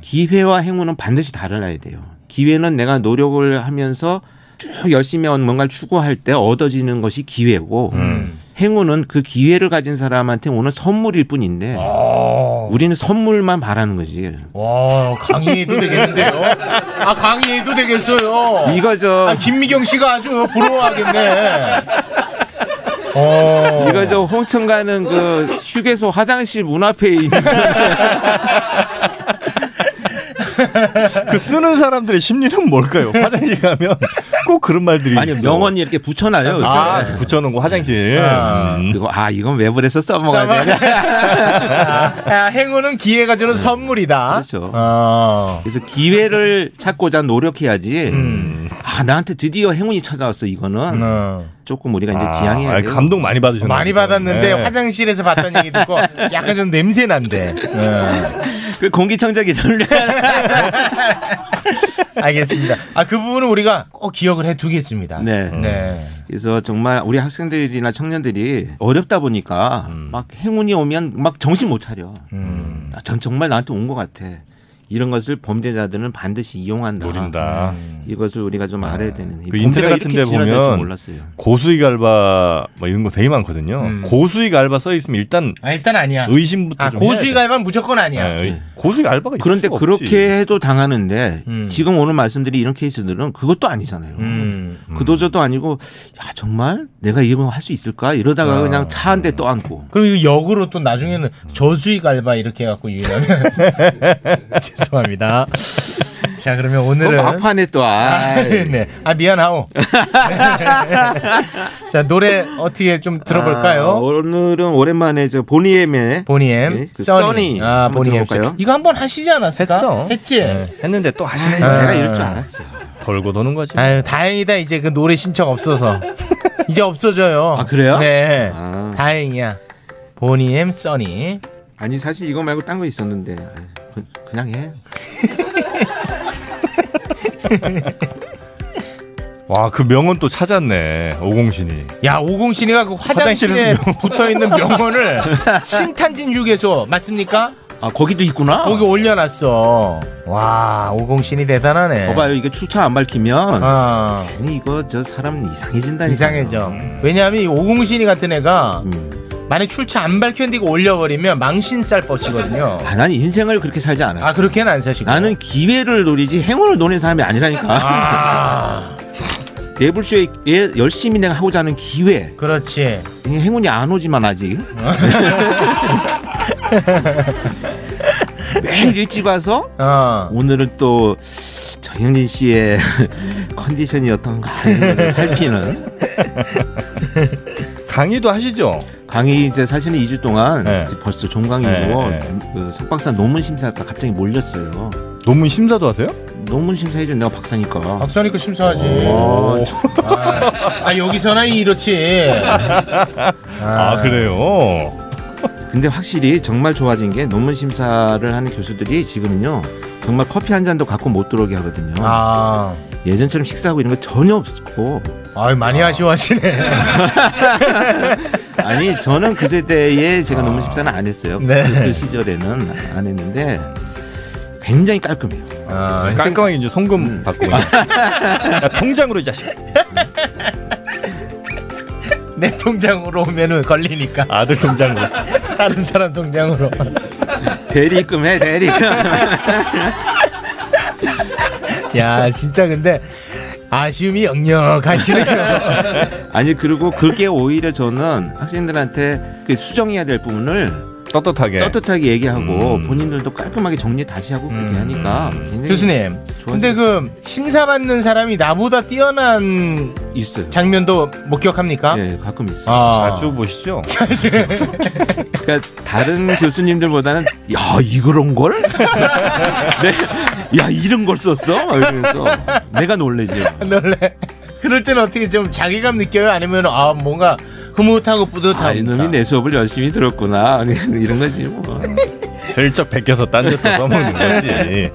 기회와 행운은 반드시 달라야 돼요. 기회는 내가 노력을 하면서 쭉 열심히 한 뭔가를 추구할 때 얻어지는 것이 기회고 행운은 그 기회를 가진 사람한테 오는 선물일 뿐인데 우리는 선물만 바라는 거지.
와 강의해도 되겠는데요? 아 강의해도 되겠어요.
이거죠.
아, 김미경 씨가 아주 부러워하겠네. 어.
이거 저 홍천 가는 그 휴게소 화장실 문 앞에 있는
그 쓰는 사람들의 심리는 뭘까요? 화장실 가면 꼭 그런 말들이
아니,
있어.
명언이 이렇게 붙여놔요. 요즘에.
아, 붙여놓은 거 화장실. 음.
아, 그리고 아 이건 왜 그래서 써먹어야 되나?
아, 행운은 기회가 주는 선물이다. 어.
그렇죠. 그래서 기회를 찾고자 노력해야지. 아 나한테 드디어 행운이 찾아왔어 이거는
음.
조금 우리가 이제
아,
지향해야
아니,
돼요.
감동 많이 받으셨네요.
많이 받았는데
네.
화장실에서 봤던 얘기 듣고 약간 좀 냄새 난대. 네.
그 공기청정기 돌려.
알겠습니다. 아 그 부분은 우리가 꼭 기억을 해두겠습니다.
네.
네.
그래서 정말 우리 학생들이나 청년들이 어렵다 음. 보니까 막 행운이 오면 막 정신 못 차려. 아, 전 정말 나한테 온 것 같아. 이런 것을 범죄자들은 반드시 이용한다.
노린다.
음.
음.
이것을 우리가 좀
네.
알아야 되는.
그
범죄가
인터넷
이렇게
같은 데
진화될 줄
보면
몰랐어요.
고수익 알바 뭐 이런 거 되게 많거든요.
음.
고수익 알바 써 있으면 일단
아, 일단 아니야.
의심부터
아,
좀 해야
고수익
돼.
알바는 무조건 아니야.
네, 의- 고수익 알바가 있을
그런데
수가
그렇게
없지.
해도 당하는데
음.
지금 오늘 말씀드린 이런 케이스들은 그것도 아니잖아요.
음.
그도저도 아니고 야 정말 내가 이거 할 수 있을까 이러다가
아.
그냥 차 한 대 또 안고.
그리고 이거 역으로 또 나중에는 저수익 알바 이렇게 해갖고 유인하면 죄송합니다. 자 그러면 오늘은
그거 막판에 또,
아,
아이.
네. 아 미안하오. 자 노래 어떻게 좀
아,
들어볼까요?
오늘은 오랜만에 저 보니엠의
보니엠
그 써니
아 보니엠 씨. 이거 한번 하시지 않았을까?
했어.
했지.
했는데 또 하시네.
아, 내가 이럴 줄 알았어.
돌고 도는 거지.
아유 다행이다 이제 그 노래 신청 없어서 이제 없어져요. 아
그래요?
네.
아.
다행이야. 보니엠 써니.
아니 사실 이거 말고 딴 거 있었는데 아, 그, 그냥 해.
와 그 명언 또 찾았네 오공신이.
야 오공신이가 그 화장실에
화장실에서
붙어 있는 명언을 신탄진 휴게소 맞습니까?
아 거기도 있구나.
거기 올려놨어. 와 오공신이 대단하네.
봐봐요 이게 출처 안 밝히면
아.
괜히 이거 저 사람 이상해진다.
이상해져. 왜냐하면 이 오공신이 같은 애가
음.
만약 출처 안 밝혔는데 이거 올려버리면 망신살 뻗치거든요.
아, 난 인생을 그렇게 살지 않았어.
아 그렇게는 안 사시고.
나는 기회를 노리지 행운을 노리는 사람이 아니라니까. 내불쇼에 예, 열심히 내가 하고자 하는 기회.
그렇지.
행운이 안 오지만 아직. 매일 일찍 와서
어.
오늘은 또 정영진 씨의 컨디션이 어떤가 이런 걸 살피는.
강의도 하시죠?
강의 이제 사실은 2주 동안 벌써 종강이고
네, 네.
그 석박사 논문 심사가 갑자기 몰렸어요.
논문 심사도 하세요?
논문 심사해준 내가 박사니까. 어,
박사니까 심사하지.
오, 참.
아 여기서나 이렇지.
아, 그래요? 근데 확실히 정말 좋아진 게 논문 심사를 하는 교수들이 지금은요 정말 커피 한 잔도 갖고 못 들어오게 하거든요.
아.
예전처럼 식사하고 이런 거 전혀 없고
아 많이 아쉬워하시네.
아니 저는 그 세대에 제가 논문 심사는 안 했어요.
네.
그, 그 시절에는 안 했는데 굉장히 깔끔해요.
아,
깔끔하게 이제 송금 받고 야, 통장으로 이 자식.
내 통장으로 오면은 걸리니까.
아들 통장으로.
다른 사람 통장으로.
대리금 해 대리금.
야 진짜 근데 아쉬움이 역력하시네요.
아니 그리고 그게 오히려 저는 학생들한테 그 수정해야 될 부분을
떳떳하게
네.
떳떳하게 얘기하고 본인들도 깔끔하게 정리 다시 하고 그렇게 하니까 굉장히
음. 교수님. 근데 그 심사받는 사람이 나보다 뛰어난
있어요.
장면도 목격합니까? 아.
예, 가끔 있어요.
자주 보시죠?
그러니까 다른 교수님들보다는 야 이런 걸? 네, 야 이런 걸 썼어? 막 이러면서 내가 놀래지. 아,
놀래. 그럴 때는 어떻게 좀 자괴감 느껴요? 아니면 아 뭔가 흐뭇하고
아,
뿌듯하고.
이놈이 내 수업을 열심히 들었구나. 아니, 이런 거지 뭐.
슬쩍 베껴서 딴 데또 써먹는 거지.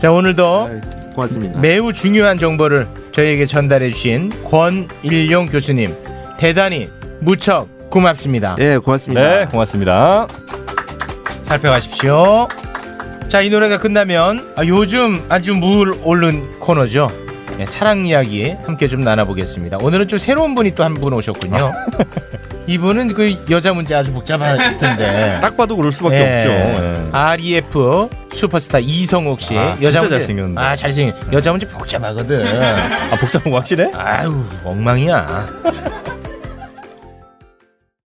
자 오늘도
네. 고맙습니다.
매우 중요한 정보를 저희에게 전달해 주신 권일용 교수님 대단히 무척 고맙습니다.
네, 고맙습니다.
네, 고맙습니다.
살펴가십시오. 자, 이 노래가 끝나면 아, 요즘 아주 물 오른 코너죠. 예, 사랑 이야기 함께 좀 나눠보겠습니다. 오늘은 좀 새로운 분이 또 한 분 오셨군요.
아.
이분은 그 여자 문제 아주 복잡할 텐데.
딱 봐도 그럴 수밖에 없죠. 예.
REF E 슈퍼스타 이성욱 씨
아, 진짜
여자 문제
잘생겼는데.
아 잘생 여자 문제 복잡하거든.
아 복잡한 거 확실해?
아유 엉망이야.